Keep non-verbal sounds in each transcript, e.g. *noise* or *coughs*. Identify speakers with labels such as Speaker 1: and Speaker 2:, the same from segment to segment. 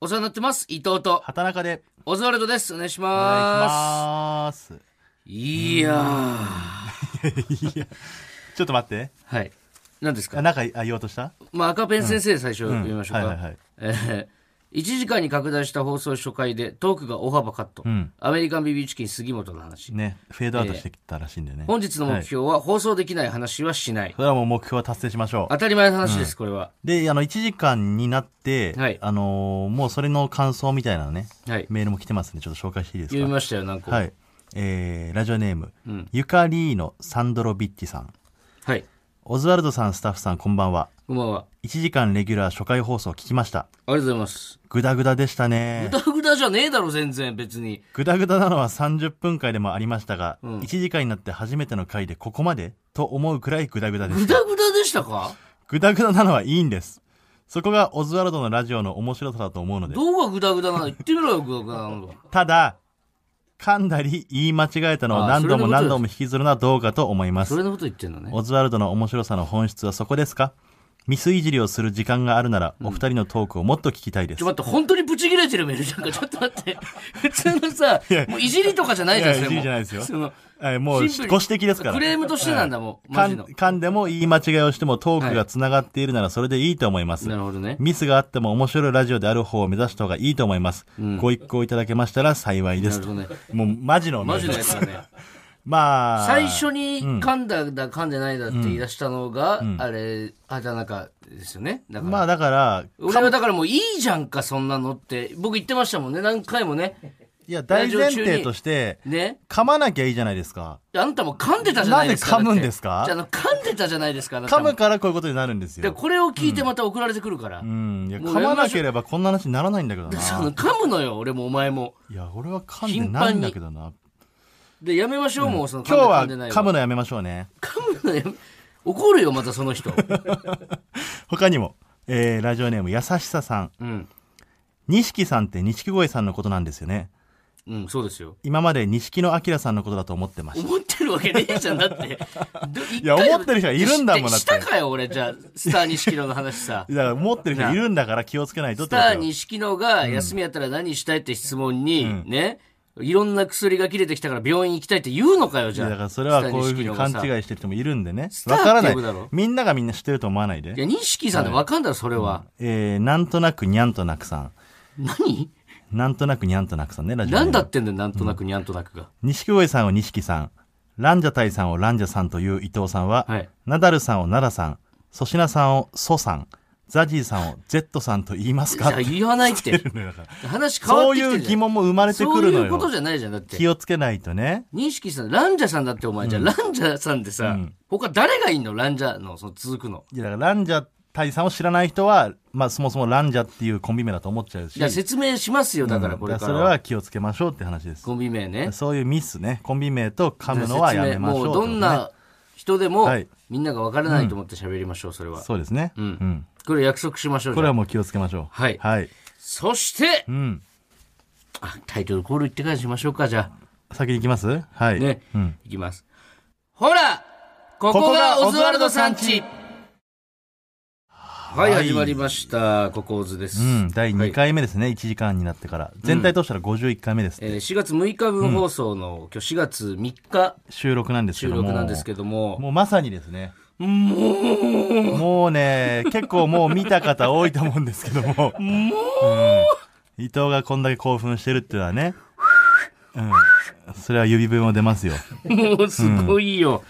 Speaker 1: お世話になってます。伊藤と、
Speaker 2: 畑中で
Speaker 1: オズワルドです。お願いし
Speaker 2: お願いし
Speaker 1: ま
Speaker 2: ます。
Speaker 1: す。いやー。
Speaker 2: いやちょっと待って。
Speaker 1: はい。何です
Speaker 2: あ
Speaker 1: か
Speaker 2: なんかあ言おうとした
Speaker 1: まあ、赤ペン先生最初読みましょうか。
Speaker 2: うんはいはいはい
Speaker 1: えー、1時間に拡大した放送初回でトークが大幅カット。
Speaker 2: ん
Speaker 1: アメリカンビビーチキン杉本の話。
Speaker 2: ね、フェードアウトしてきたらしいんだよね。
Speaker 1: 本日の目
Speaker 2: はい
Speaker 1: 標は放送できない話はしない。
Speaker 2: それはもう目標は達成しましょう
Speaker 1: 当。たり前の話です、これは。
Speaker 2: で、あの、1時間になって、
Speaker 1: はい
Speaker 2: あのーもうそれの感想みたいなのね、
Speaker 1: はい。
Speaker 2: メールも来てますね。ちょっと紹介していいです
Speaker 1: 読み
Speaker 2: か
Speaker 1: ましたよ、何個も。
Speaker 2: はい。えー、ラジオネーム、ゆかりーのサンドロビッチさん。
Speaker 1: はい。
Speaker 2: オズワルドさん、スタッフさん、こんばんは。
Speaker 1: こんばんは。
Speaker 2: 1時間レギュラー初回放送聞きました。
Speaker 1: ありがとうございます。
Speaker 2: グダグダでしたね
Speaker 1: ぐ。だぐだじゃねえだろ、全然、別に。
Speaker 2: グダグダなのは30分回でもありましたが、1時間になって初めての回でここまでと思うくらいグダグダで
Speaker 1: ぐ
Speaker 2: した。
Speaker 1: だぐだでしたか
Speaker 2: グダグダなのはいいんです。そこがオズワルドのラジオの面白さだと思うので。
Speaker 1: どうがぐだぐだなの言ってみろよ、ぐだぐだなの。
Speaker 2: ただ、噛んだり言い間違えたのを
Speaker 1: ああ
Speaker 2: 何度も
Speaker 1: それのことです
Speaker 2: 何度も引きずるのはどうかと思いま
Speaker 1: そ
Speaker 2: す。
Speaker 1: れのこと言ってんのね。
Speaker 2: オズワルドの面白さの本質はそこですかミスいじりをする時間があるなら、お二人のトークをもっと聞きたいで
Speaker 1: ち
Speaker 2: す
Speaker 1: ょ、。待って、本当にブチ切れてるメールじゃ
Speaker 2: *laughs*
Speaker 1: んか。ちょっと待って。普通のさ
Speaker 2: いや、
Speaker 1: もういじりとかじゃないじゃん、
Speaker 2: い
Speaker 1: そ
Speaker 2: や
Speaker 1: れも
Speaker 2: いじりじゃないですよ
Speaker 1: その
Speaker 2: はいもうご指
Speaker 1: シンプルに
Speaker 2: 摘ですから。
Speaker 1: クレームとしてなんだ、もう。マジ
Speaker 2: 噛ん
Speaker 1: の。
Speaker 2: 噛んでも言い間違いをしてもトークがつながっているならそれでいいと思います。
Speaker 1: なるほどね。
Speaker 2: ミスがあっても面白いラジオである方を目指した方がいいと思います。ご一行いただけましたら幸いで
Speaker 1: な
Speaker 2: す
Speaker 1: る。ほどね。
Speaker 2: もうマジの
Speaker 1: マ
Speaker 2: メール
Speaker 1: ジのやつだね。
Speaker 2: まあ、
Speaker 1: 最初に噛んだだ、噛んでないだって言い出したのが、あれ、畑中ですよね。だから。
Speaker 2: まあだから、
Speaker 1: 俺はだからもういいじゃんか、そんなのって。僕言ってましたもんね、何回もね。
Speaker 2: いや大前提として、
Speaker 1: ね。
Speaker 2: 噛まなきゃいいじゃないですか。
Speaker 1: あんたも噛んでたじゃないですか。
Speaker 2: なんで噛むん
Speaker 1: だって
Speaker 2: ですか
Speaker 1: じゃああの、噛んでたじゃないですか、あなた
Speaker 2: 噛
Speaker 1: も
Speaker 2: むからこういうことになるんです
Speaker 1: で、
Speaker 2: よ。
Speaker 1: これを聞いてまた送られてくるから。
Speaker 2: うん。いや、
Speaker 1: もう
Speaker 2: 噛まなければこんな話にならないんだけどな。
Speaker 1: *laughs* その噛むのよ、俺もお前も。
Speaker 2: いや、俺は噛んでないんだけどな。
Speaker 1: で、やめましょう、もう、その、
Speaker 2: 今日
Speaker 1: 噛
Speaker 2: は
Speaker 1: んでない
Speaker 2: 噛むのやめましょうね。
Speaker 1: 噛むのやめ怒るよ、またその人。
Speaker 2: 他にも、えー、ラジオネーム、優しささん。
Speaker 1: うん。
Speaker 2: 錦さんって錦鯉さんのことなんですよね。
Speaker 1: うん、そうですよ。
Speaker 2: 今まで錦野明さんのことだと思ってました。
Speaker 1: 思ってるわけねえじゃん、だって。ど一回
Speaker 2: *laughs* いや思ってる人がいるんだもんだって
Speaker 1: したかよ、俺、じゃあ、スター錦野の話
Speaker 2: *laughs*
Speaker 1: さ。
Speaker 2: だから持ってる人いるんだから気をつけないとっ
Speaker 1: ス
Speaker 2: て
Speaker 1: タ
Speaker 2: こと
Speaker 1: ー
Speaker 2: よ
Speaker 1: 錦野が休みやったら何したいって質問に、ね、いろんな薬が切れてきたから病院行きたいって言うのかよ、じ
Speaker 2: い
Speaker 1: ゃ
Speaker 2: や
Speaker 1: あ。
Speaker 2: だからそれはこういうふうに勘
Speaker 1: い。
Speaker 2: 違いしてる人もいるんでね
Speaker 1: ス。ター
Speaker 2: わからな
Speaker 1: って呼ぶだ
Speaker 2: い
Speaker 1: ろ。
Speaker 2: みんながみんな知ってると思わない
Speaker 1: い
Speaker 2: で。
Speaker 1: や、錦さんで分かんだろ、それは。
Speaker 2: えー、なんとなくにゃんとなくさん。
Speaker 1: 何
Speaker 2: なんとなくにゃんとなくさんね、ラジオネー
Speaker 1: な
Speaker 2: ム。
Speaker 1: んだってんだよ、なんとなく、にゃんとなくが。
Speaker 2: 錦鯉さんを錦さん。ランジャタイさんをランジャさんという伊藤さんは、
Speaker 1: はい
Speaker 2: ナダルさんをナダさん、粗品さんをソさん、ザジーさんをゼットさんと言いますか
Speaker 1: いや、言わないって。
Speaker 2: だから
Speaker 1: 話変わっ
Speaker 2: そう
Speaker 1: てきて
Speaker 2: い
Speaker 1: る
Speaker 2: う
Speaker 1: じゃ
Speaker 2: 疑
Speaker 1: ん
Speaker 2: 問も生まれてくる
Speaker 1: そう
Speaker 2: の
Speaker 1: いうこと
Speaker 2: よ。
Speaker 1: じゃないじゃん。だって
Speaker 2: 気。をつけないとね。
Speaker 1: 認識さん、ランジャさんだってお前、じゃあランジャさんでさ、他誰がいんのランジャの、その続くの。
Speaker 2: いやだからランジャタイさんを知らない人は、まあ、そもそもランジャっていうコンビ名だと思っちゃうし
Speaker 1: いや、説明しますよ、だから
Speaker 2: うん
Speaker 1: これか
Speaker 2: そ
Speaker 1: ら
Speaker 2: れは気をつけましょうって話です
Speaker 1: コンビ名ね。
Speaker 2: そういうミスねコンビ名と噛むのはやめましょ
Speaker 1: もう
Speaker 2: うってこ
Speaker 1: ど
Speaker 2: とね
Speaker 1: んな人でも、
Speaker 2: はい
Speaker 1: みんなが分からないと思って喋りましょう、それは。
Speaker 2: そうですね、うん
Speaker 1: これ約束しましょう、
Speaker 2: こ
Speaker 1: じ
Speaker 2: れ
Speaker 1: ゃ
Speaker 2: は
Speaker 1: あ
Speaker 2: もう気をつけましょう
Speaker 1: はい
Speaker 2: はい、
Speaker 1: そして、
Speaker 2: うん、
Speaker 1: あタイトルコール言ってからにしましょうか、じゃ
Speaker 2: 先に行きますは
Speaker 1: あ。
Speaker 2: い、
Speaker 1: ね。
Speaker 2: うん、
Speaker 1: いきます。ほらここがオズワルドさんちはい、始まりました。ここオズです。
Speaker 2: うん、第
Speaker 1: は
Speaker 2: 2
Speaker 1: い
Speaker 2: 回目ですね、1時間になってから全体としたら51回目です、
Speaker 1: えー4月6日分放送の、今日4月3日
Speaker 2: 収録なんですけ
Speaker 1: 収
Speaker 2: ども
Speaker 1: 録なんですけども、
Speaker 2: もうまさにですね
Speaker 1: もう、
Speaker 2: もうね、結構もう見た方多いと思うんですけども。うん伊藤がこんだけ興奮してるっていうのはね。うん。それは指分も出ますよ。
Speaker 1: もうすごいよ。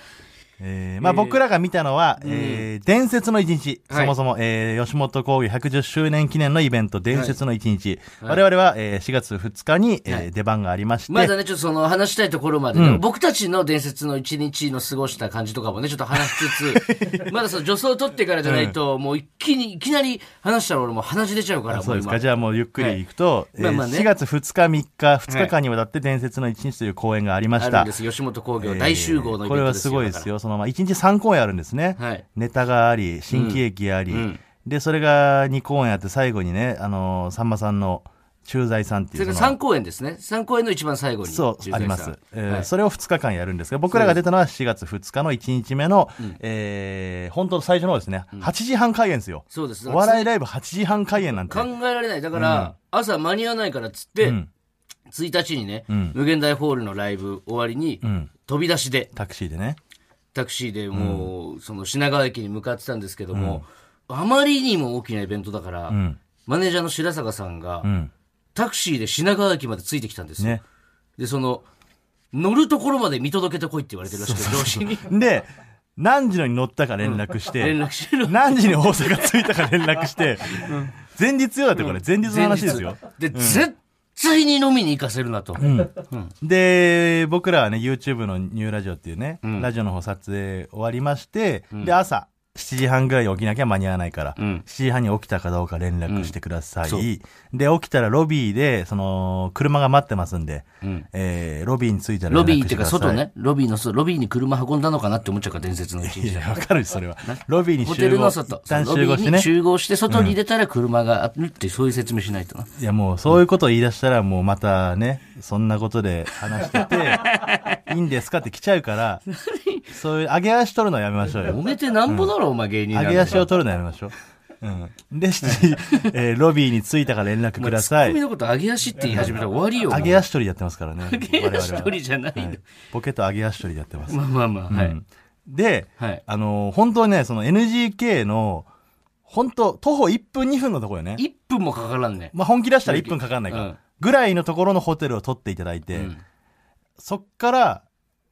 Speaker 2: えー、まあ僕らが見たのは、えー、伝説の一日。
Speaker 1: はい
Speaker 2: そもそも、えー、吉本興業110周年記念のイベント、伝説の一日。
Speaker 1: はい
Speaker 2: 我々は、えー、4月2日に、えー
Speaker 1: はい
Speaker 2: 出番がありまして。
Speaker 1: まだね、ちょっとその話したいところまでね、僕たちの伝説の一日の過ごした感じとかもね、ちょっと話しつつ、まだその女装を取ってからじゃないと、もう一気に、いきなり話したら俺もう鼻血出ちゃうから、
Speaker 2: そうです
Speaker 1: も
Speaker 2: か。
Speaker 1: う今
Speaker 2: じゃあもうゆっくりいくと、
Speaker 1: いまあまあね
Speaker 2: 4月2日、3日、2日間にわたって伝説の一日という公演がありまし
Speaker 1: ある
Speaker 2: た
Speaker 1: んで。す。吉本興業大集合のイ
Speaker 2: こ
Speaker 1: ベン
Speaker 2: れ
Speaker 1: ト
Speaker 2: は
Speaker 1: ですすよ。
Speaker 2: ごいですよ。そのまあ1日3公演あるんですね。
Speaker 1: はい
Speaker 2: ネタがあり、新喜劇あり、で、それが2公演あって最後にね、あのーさんまさんの、駐在さんってい
Speaker 1: それ
Speaker 2: う
Speaker 1: が
Speaker 2: の
Speaker 1: 3公演ですね。3公演の一番最後に。
Speaker 2: そう、あります。えー
Speaker 1: はい
Speaker 2: それを2日間やるんですが、僕らが出たのは4月2日の1日目の、えー本当の最初の方ですね、8時半開演ですよ。
Speaker 1: そうです。
Speaker 2: お笑いライブ8時半開演なんて
Speaker 1: 考。えられない。だから、朝間に合わないからっつって、
Speaker 2: ん
Speaker 1: 1日にね、
Speaker 2: ん
Speaker 1: 無限大ホールのライブ終わりに、
Speaker 2: ん
Speaker 1: 飛び出しで、
Speaker 2: タクシーでね。
Speaker 1: タクシーでもう、その品川駅に向かってたんですけども、あまりにも大きなイベントだから、
Speaker 2: ん
Speaker 1: マネージャーの白坂さんが、
Speaker 2: うん。
Speaker 1: タクシーで品川駅までついてきたんですよ。
Speaker 2: ね。
Speaker 1: で、その、乗るところまで見届けてこいって言われてるらしくて、上司に
Speaker 2: で、何時のに乗ったか連絡して、
Speaker 1: 連絡してる。
Speaker 2: 何時に大阪着いたか連絡して、前日よだってこれ、前日の話ですよ。
Speaker 1: で、絶対に飲みに行かせるなと。
Speaker 2: で、僕らはね、YouTube のニューラジオっていうね、ラジオの方撮影終わりまして、で、朝、7時半ぐらいに起きなきゃ間に合わないから、
Speaker 1: ん
Speaker 2: 7時半に起きたかどうか連絡してください。で、起きたらロビーで、その、車が待ってますんで、えーロビーに着いたら
Speaker 1: ロ
Speaker 2: 連
Speaker 1: ビー
Speaker 2: 絡
Speaker 1: っ
Speaker 2: してて
Speaker 1: いう
Speaker 2: く
Speaker 1: か
Speaker 2: ださい。
Speaker 1: 外。ね、ロビーの外、ロビーに車運んだのかなって思っちゃうから、伝説の一
Speaker 2: い
Speaker 1: 日。
Speaker 2: や、わかるし、それは。ロビーに
Speaker 1: ホテ
Speaker 2: 集
Speaker 1: ル
Speaker 2: 合、
Speaker 1: の
Speaker 2: 一
Speaker 1: 外、
Speaker 2: 旦
Speaker 1: ロ
Speaker 2: 集
Speaker 1: ビー
Speaker 2: 合して
Speaker 1: に
Speaker 2: ね。
Speaker 1: 集合して、外に出たら車があるって、そういう説明しないとな。
Speaker 2: いやもうそういうことを言い出したらもうまたね、そんなことで話して
Speaker 1: *laughs*
Speaker 2: て、いいんですかって来ちゃうから、そういう上げ足取るのはやめましょうよ。
Speaker 1: 揉めてなんぼだろ、お前芸人なんだ
Speaker 2: 上げ足を取るのやめましょう。うん。で、7時、えーロビーに着いたから連絡くださ
Speaker 1: *laughs* ツッコミ
Speaker 2: い。
Speaker 1: のこと上げ足って言い始めたら終わりよ。 *laughs*
Speaker 2: 上げ足取りやってますからね。
Speaker 1: 上げ足取りじゃない
Speaker 2: 我々は
Speaker 1: の
Speaker 2: はい。ポケット上げ足取りやってます。
Speaker 1: まあまあまあ、は
Speaker 2: う
Speaker 1: い
Speaker 2: ん。で、
Speaker 1: はい
Speaker 2: あのー本当にね、その NGK の、本当徒歩1分2分のところよね。
Speaker 1: 1分もかからんね。
Speaker 2: まあ、本気出したら1分かかんないから、
Speaker 1: うん
Speaker 2: ぐらいのところのホテルを取っていただいて、
Speaker 1: ん
Speaker 2: そっから、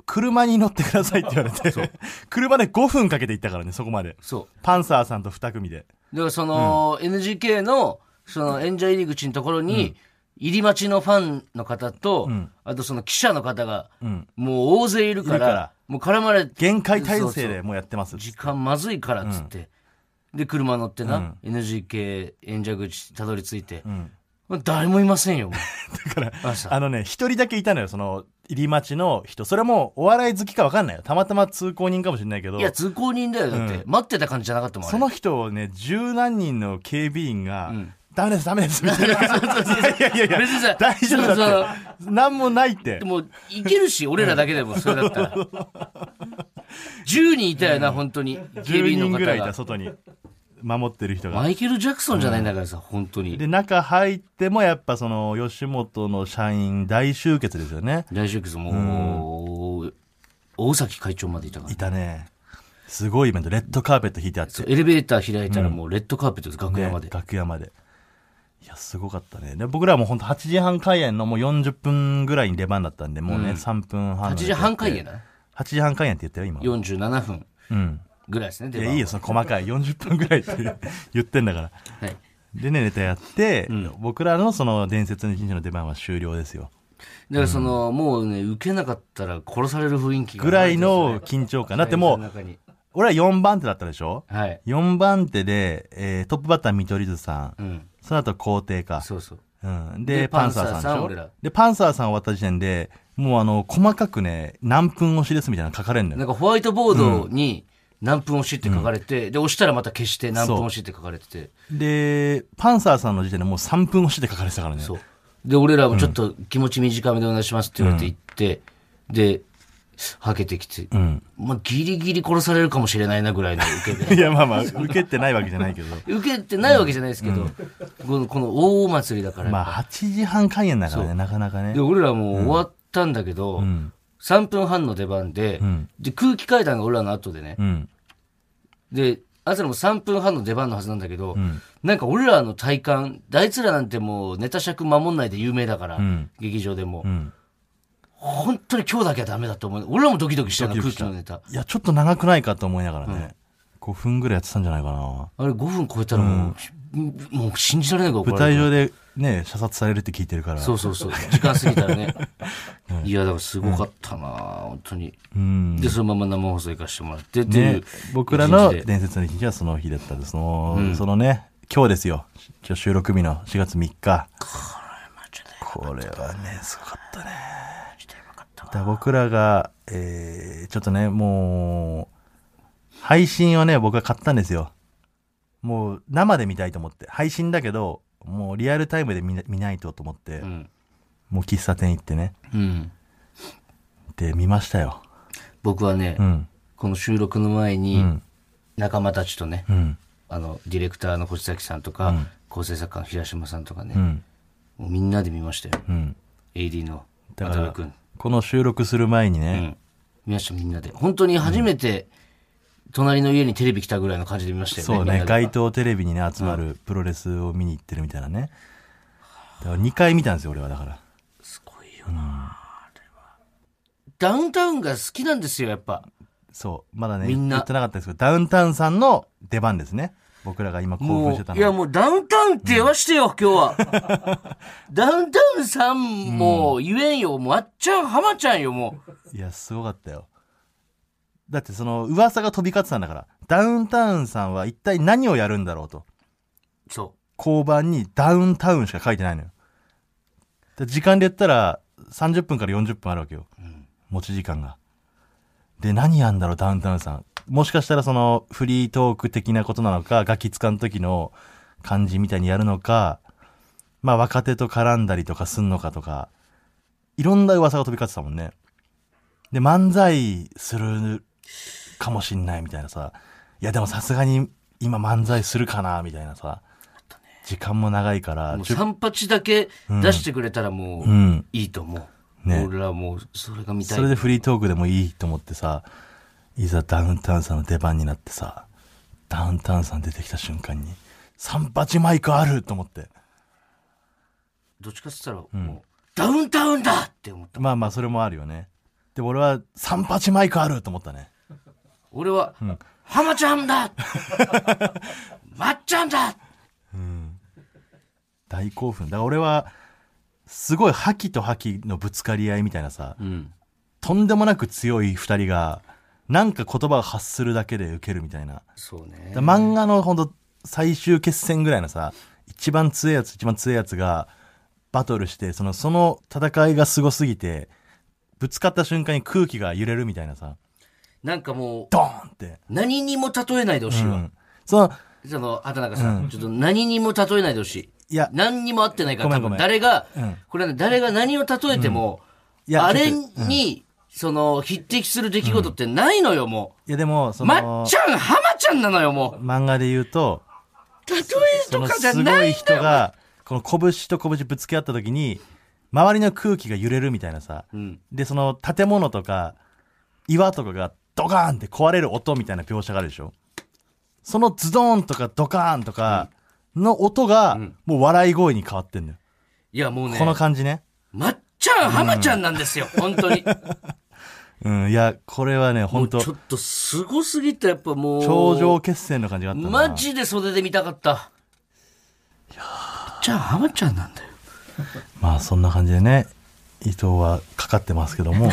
Speaker 2: 車に乗ってくださいって言われて、車で5分かけて行ったからね、そこまで。
Speaker 1: そう。
Speaker 2: パンサーさんと2組で。
Speaker 1: だからその、NGK の、その演者入り口のところに、入り待ちのファンの方と、
Speaker 2: ん
Speaker 1: あとその記者の方が、
Speaker 2: うん。
Speaker 1: もう大勢いるから、
Speaker 2: いるから
Speaker 1: もう絡まれて、
Speaker 2: 限界体制でもうやってます。
Speaker 1: 時間まずいからっつって、で、車乗ってな、NGK 演者口たどり着いて、
Speaker 2: ん
Speaker 1: まあ誰もいませ
Speaker 2: *laughs*
Speaker 1: んよ、も
Speaker 2: だから、
Speaker 1: う朝。
Speaker 2: あのね、一人だけいたのよ、その、入り待ちの人。それも、お笑い好きかわかんないよ。たまたま通行人かもしれないけど
Speaker 1: い、や、通行人だよ、だって、待ってた感じじゃなかったもん、あれ
Speaker 2: その人をね、十何人の警備員が、
Speaker 1: ん
Speaker 2: ダメです、ダメです、みた *laughs* いな。いやいやいや、
Speaker 1: 別にさ
Speaker 2: 大丈夫だって。なんもないって
Speaker 1: で。も、いけるし、俺らだけでも、それだった
Speaker 2: *laughs*
Speaker 1: ら。10人いたよな、本当に。警備
Speaker 2: 10
Speaker 1: 員の
Speaker 2: 人
Speaker 1: 方
Speaker 2: ぐらいいた、
Speaker 1: が。
Speaker 2: 外に。守ってる人が。
Speaker 1: マイケル・ジャクソンじゃないんだからさ、本当に
Speaker 2: で、。中入っても、やっぱその、吉本の社員大集結ですよね。
Speaker 1: 大集結もう、大崎会長までいたから
Speaker 2: い。たね。すごいイベント。レッドカーペット引いてあって。
Speaker 1: そうエレベーター開いたらもうレッドカーペットです、楽屋まで
Speaker 2: ね。楽屋まで。いや、すごかったね。で、僕らも本当8時半開演のもう40分ぐらいに出番だったんで、もうね、3分半。
Speaker 1: 8時半開演。だな。
Speaker 2: 8時半開演って言ったよ、今。
Speaker 1: 47分
Speaker 2: うん。
Speaker 1: ぐらいですね、出
Speaker 2: い
Speaker 1: 番
Speaker 2: や、
Speaker 1: はい
Speaker 2: いよ、その細かい。40分ぐらいって *laughs* 言ってんだから。
Speaker 1: はい。
Speaker 2: でね、ネタやって、僕らのその伝説の一日の出番は終了ですよ。
Speaker 1: だからその、もうね、受けなかったら殺される雰囲気が
Speaker 2: ぐらいの緊張感。だってもう、
Speaker 1: 中に
Speaker 2: 俺ら4番手だったでしょ
Speaker 1: はい。
Speaker 2: ?4 番手で、えートップバッター見取り図さん。
Speaker 1: うん。
Speaker 2: その後皇帝か。
Speaker 1: そうそう。
Speaker 2: うん。
Speaker 1: で
Speaker 2: で、パンサー
Speaker 1: パンサーさ
Speaker 2: さ
Speaker 1: ん
Speaker 2: ん
Speaker 1: 俺
Speaker 2: でし
Speaker 1: ら
Speaker 2: ょで、パンサーさん終わった時点で、もうあの、細かくね、何分を示すみたいなの書かれんの
Speaker 1: な
Speaker 2: よ。
Speaker 1: んかホワイトボードに何分押しって書かれて、で、押したらまた消して何分
Speaker 2: そう
Speaker 1: 押しって書かれてて。
Speaker 2: で、パンサーさんの時点でもう3分押しで書かれてたからね。
Speaker 1: そう。で、俺らもちょっと気持ち短めでお願いしますって言われて行って、で、はけてきて、
Speaker 2: うん。
Speaker 1: まあ、ギリギリ殺されるかもしれないなぐらいの受
Speaker 2: *laughs*
Speaker 1: けで。
Speaker 2: *laughs* いや、まあまあ、受けてないわけじゃな
Speaker 1: *laughs*
Speaker 2: いけど。
Speaker 1: 受けてないわけじゃないですけど、このこの大祭りだから、
Speaker 2: まあ、8時半開演だから
Speaker 1: そ
Speaker 2: ね、なかなかね
Speaker 1: で。俺らもう終わったんだけど、
Speaker 2: ん
Speaker 1: 3分半の出番で,、
Speaker 2: ん
Speaker 1: で空気階段が俺らの後でね、
Speaker 2: うん。
Speaker 1: であいつらも3分半の出番のはずなんだけど、なんか俺らの体感あいつらなんてもうネタ尺守んないで有名だから、
Speaker 2: ん
Speaker 1: 劇場でも、
Speaker 2: うん。
Speaker 1: 本当に今日だけはダメだと思う俺らもドキドキしたな
Speaker 2: ドキド
Speaker 1: 空
Speaker 2: キし
Speaker 1: 気
Speaker 2: た
Speaker 1: のネタ
Speaker 2: いや、ちょっと長くないかと思いながらね、5分ぐらいやってたんじゃないかな。
Speaker 1: あれ5分超えたらもう、もう信じられないから
Speaker 2: 舞
Speaker 1: 怒られ
Speaker 2: 台
Speaker 1: る
Speaker 2: 上でね、射殺されるって聞いてるから。
Speaker 1: そうそうそう時間過ぎたら
Speaker 2: *laughs*
Speaker 1: ね、いやだからすごかったな、本当に
Speaker 2: うん。
Speaker 1: でそのまま生放送行かしてもらってっていう、
Speaker 2: ね、僕らの
Speaker 1: 一日で
Speaker 2: 伝説の日はその日だったんです。その、そのね、今日ですよ。今日収録日の4月3日。これはね、すごかったね。だから僕らが、えー、ちょっとね、もう、配信をね、僕は買ったんですよ。もう、生で見たいと思って。配信だけど、もうリアルタイムで見な見ないとと思って、
Speaker 1: うん。
Speaker 2: もう喫茶店行ってね。
Speaker 1: うん。
Speaker 2: で、見ましたよ。
Speaker 1: 僕はね、
Speaker 2: うん。
Speaker 1: この収録の前に、
Speaker 2: うん。
Speaker 1: 仲間たちとね、
Speaker 2: うん。
Speaker 1: あの、ディレクターの星崎さんとか、構成作家の平島さんとかね、
Speaker 2: うん。
Speaker 1: もうみんなで見ましたよ。
Speaker 2: うん。
Speaker 1: AD の渡
Speaker 2: だから
Speaker 1: 辺君。
Speaker 2: この収録する前に
Speaker 1: う
Speaker 2: ね、
Speaker 1: ん。見ました、みんなで。本当に初めて、隣の家にテレビ来たぐらいの感じで見ましたよね。
Speaker 2: そう
Speaker 1: みん
Speaker 2: ね、
Speaker 1: なで
Speaker 2: 街頭テレビにね、集まるプロレスを見に行ってるみたいなね。だから2回見たんですよ、俺はだから。
Speaker 1: すごいよな、あれは。ダウンタウンが好きなんですよ、やっぱ。
Speaker 2: そう。まだね、
Speaker 1: みんな
Speaker 2: 言ってなかったですけど、ダウンタウンさんの出番ですね。僕らが今興奮
Speaker 1: も
Speaker 2: してた
Speaker 1: う、
Speaker 2: の
Speaker 1: いや
Speaker 2: は。
Speaker 1: もうダウンタウンって言わしてよ、今日は。
Speaker 2: *laughs*
Speaker 1: ダウンタウンさんも言えんよ、もうあっちゃん、浜ちゃんよ、もう。
Speaker 2: いや、すごかったよ。だってその噂が飛び交ってたんだから、ダウンタウンさんは一体何をやるんだろうと。
Speaker 1: そ
Speaker 2: 交番にダウンタウンしか書いてないのよ。で時間で言ったら30分から40分あるわけよ。持ち時間が。で、何やんだろう、ダウンタウンさん。もしかしたらそのフリートーク的なことなのか、ガキ使の時の感じみたいにやるのか、まあ若手と絡んだりとかすんのかとか、いろんな噂が飛び交ってたもんね。で、漫才するかもしんないみたいなさ、いやでもさすがに今漫才するかな、みたいなさ、時間も長いか
Speaker 1: う。
Speaker 2: ら
Speaker 1: もう、
Speaker 2: 10
Speaker 1: 3八だけ出してくれたらも
Speaker 2: う
Speaker 1: う、
Speaker 2: ん。
Speaker 1: いいと思う。
Speaker 2: ね
Speaker 1: 俺らもう、それが見たい。
Speaker 2: それでフリートークでもいいと思ってさ、いざダウンタウンさんの出番になってさ、ダウンタウンさん出てきた瞬間に、三八マイクあると思って。
Speaker 1: どっちかって言ったら、もう、ダウンタウンだって思った。
Speaker 2: まあまあ、それもあるよね。で、俺は三八マイクあると思ったね。
Speaker 1: 俺は、浜ちゃんだまっちゃんだ
Speaker 2: 大興奮。だから俺は、すごい覇気と覇気のぶつかり合いみたいなさ、
Speaker 1: うん。
Speaker 2: とんでもなく強い二人が、なんか言葉を発するだけで受けるみたいな。
Speaker 1: そうね。
Speaker 2: だ漫画のほんと最終決戦ぐらいのさ一番強いやつ一番強いやつがバトルしてそのその戦いがすごすぎてぶつかった瞬間に空気が揺れるみたいなさ
Speaker 1: なんかもう、
Speaker 2: ドーンって、
Speaker 1: 何にも例えないでほし
Speaker 2: う
Speaker 1: いわ。
Speaker 2: ん、その
Speaker 1: その、畑中さん、ちょっと何にも例えないでほしい。
Speaker 2: いや
Speaker 1: 何にも合ってないから、
Speaker 2: ごめん
Speaker 1: 多分
Speaker 2: ごめん
Speaker 1: 誰が、
Speaker 2: うん
Speaker 1: これはね、誰が何を例えても、
Speaker 2: いや
Speaker 1: あれ
Speaker 2: ちょっ
Speaker 1: に、その、匹敵する出来事ってないのよ、も。
Speaker 2: いやでもそう
Speaker 1: ま
Speaker 2: の
Speaker 1: っちゃん、浜ちゃんなのよ、もう。
Speaker 2: 漫画で言うと
Speaker 1: 例え
Speaker 2: そ
Speaker 1: と
Speaker 2: の
Speaker 1: かじゃ
Speaker 2: すご
Speaker 1: ないいん
Speaker 2: 人
Speaker 1: だよ。
Speaker 2: がこの拳と拳ぶつけ合った時に周りの空気が揺れるみたいなさ、
Speaker 1: ん
Speaker 2: でその建物とか岩とかがドカーンって壊れる音みたいな描写があるでしょそのズドーンとかドカーンとかの音がもう笑い声に変わってんのよ、
Speaker 1: いや、もうね
Speaker 2: こ、の感じね
Speaker 1: まっちゃん、浜ちゃんなんですよ、本当に。
Speaker 2: うんいやこれはね
Speaker 1: も
Speaker 2: 本
Speaker 1: うち
Speaker 2: 当
Speaker 1: ょっと、すごすぎた、やっぱもう。
Speaker 2: 頂上決戦の感じがあったな
Speaker 1: マジで袖で見たかった。まっちゃん、浜ちゃんなんだよ。
Speaker 2: まあそんな感じでね伊藤はかかってますけ
Speaker 1: *laughs*
Speaker 2: ども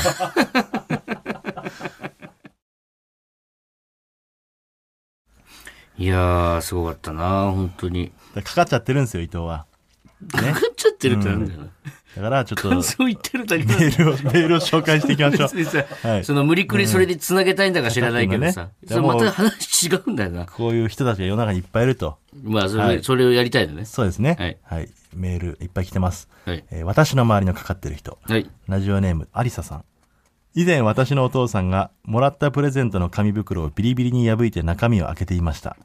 Speaker 1: いやー、すごかったな、本当に。
Speaker 2: かかっちゃってるんですよ伊藤は
Speaker 1: か *laughs* かっちゃってるってなんだよな。
Speaker 2: だからちょっと
Speaker 1: 感想言ってるだけ
Speaker 2: メールを、メールを紹介していきましょう。
Speaker 1: *laughs* 別にさ
Speaker 2: はい
Speaker 1: その無理くりそれで繋げたいんだか知らないけどさ。
Speaker 2: うん
Speaker 1: それまた話違うんだよな。
Speaker 2: こういう人たちが世の中にいっぱいいると。
Speaker 1: まあ、それ、
Speaker 2: はい
Speaker 1: それをやりたいのね。
Speaker 2: そうですね。
Speaker 1: はい
Speaker 2: メールいっぱい来てます。
Speaker 1: はい。
Speaker 2: えー私の周りのかかってる人。
Speaker 1: はい。
Speaker 2: ラジオネーム、アリサさん。以前私のお父さんがもらったプレゼントの紙袋をビリビリに破いて中身を開けていました。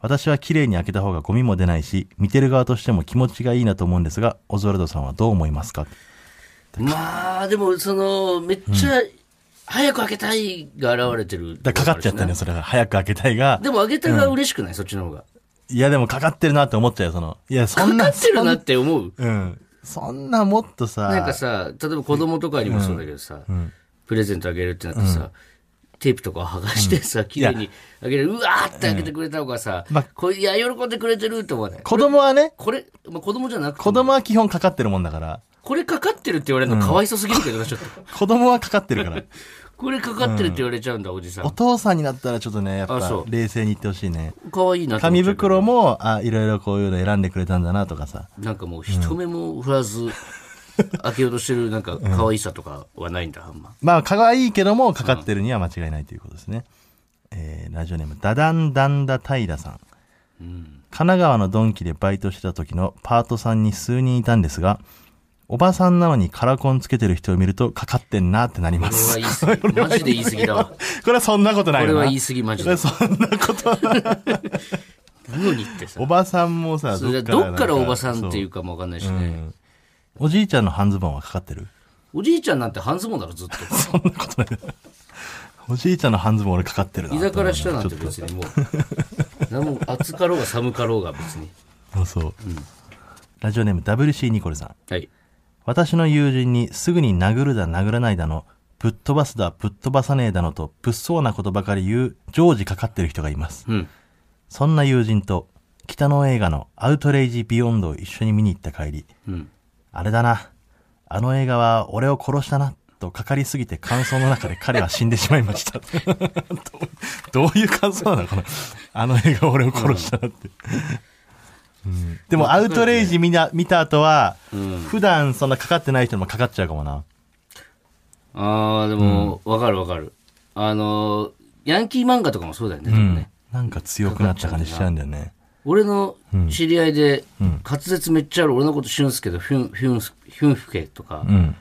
Speaker 2: 私は綺麗に開けた方がゴミも出ないし、見てる側としても気持ちがいいなと思うんですが、オズワルドさんはどう思いますか
Speaker 1: まあ、でも、その、めっちゃ、早く開けたいが現れてる。
Speaker 2: だからかかっちゃったね、それが。早く開けたいが。
Speaker 1: でも、開けたが嬉しくない、そっちの方が。
Speaker 2: いや、でもかかってるなって思っちゃうよ、その。いや、そんな、
Speaker 1: かかってるなって思う。
Speaker 2: うん。そんなもっとさ、
Speaker 1: なんかさ、例えば子供とかにもそうだけどさ、プレゼントあげるってなってさ、テープとかを剥がしてさ、綺麗にあげる、うわーって開けてくれた方がさ、
Speaker 2: まあ
Speaker 1: こういや、喜んでくれてるって思わない。
Speaker 2: 子供はね、
Speaker 1: これ、まあ、子供じゃなくても
Speaker 2: 子供は基本かかってるもんだから、
Speaker 1: これかかってるって言われるのかわいそすぎるけどな、ちょっと。
Speaker 2: 子供はかかってるから。
Speaker 1: これかかってるって言われちゃうんだ、おじさ
Speaker 2: *laughs* お
Speaker 1: ん。
Speaker 2: 父さんになったらちょっとね、やっ
Speaker 1: あ
Speaker 2: ぱ
Speaker 1: そう
Speaker 2: 冷静に言ってほしいね。
Speaker 1: かわいいなと思っ
Speaker 2: 紙
Speaker 1: ちゃうけど
Speaker 2: 袋も、あ、いろいろこういうの選んでくれたんだなとかさ。
Speaker 1: なんかもう人目も振らず、開けようとしてるなんか可愛さとかはないんだ、あんま。
Speaker 2: まあ、かわいいけども、かかってるには間違いないということですね。えー、ラジオネーム、ダダンダンダタイダさん。神奈川のドンキでバイトしてた時のパートさんに数人いたんですが、おばさんなのにカラコンつけてる人を見るとかかってんなってなりま
Speaker 1: *laughs* これは
Speaker 2: す。
Speaker 1: 言い過ぎ。マジで言い過ぎだわ。こ
Speaker 2: これはそんなことない
Speaker 1: れ
Speaker 2: よな。
Speaker 1: は言い過ぎ、マジ
Speaker 2: これ
Speaker 1: で
Speaker 2: は。そんなことはない。
Speaker 1: 何にってさ
Speaker 2: お。ばさんもさ、
Speaker 1: それ
Speaker 2: どっから。
Speaker 1: どっからおばさんっていううかもわかんないしね。
Speaker 2: そうおじいちゃんの半ズボンはかかってる
Speaker 1: おじいちゃんなんて半ズボンだろ、ずっと。
Speaker 2: そんなことない。おじいちゃんの半ズボン俺かかってるな。
Speaker 1: 膝から下なんて別にもう。何も暑かろうが寒かろうが別に。
Speaker 2: あそう、ラジオネーム WC ニコルさん。
Speaker 1: はい。
Speaker 2: 私の友人にすぐに殴るだ殴らないだの、ぶっ飛ばすだぶっ飛ばさねえだのと、物騒なことばかり言う、常時かかってる人がいます。
Speaker 1: うん。
Speaker 2: そんな友人と、北の映画のアウトレイジビヨンドを一緒に見に行った帰り、
Speaker 1: うん。
Speaker 2: あれだな。あの映画は俺を殺したな。とかかりすぎて感想の中で彼は死んでしまいました。 *laughs* どうどういう感想なのかなあの映画俺を殺したなって。うんでもアウトレイジ見な見た後は、
Speaker 1: うん
Speaker 2: 普段そんなかかってない人にもかかっちゃうかもな。
Speaker 1: ああ、でも、わかるわかる。あのー、ヤンキー漫画とかもそうだよね、
Speaker 2: う
Speaker 1: でも
Speaker 2: ん
Speaker 1: ね。
Speaker 2: なんか強くなった感じしちゃうんだよね。
Speaker 1: 俺の知り合いで、滑舌めっちゃある俺のこと俊介とヒュン、ヒュン、ヒュンフケとか
Speaker 2: う、ん。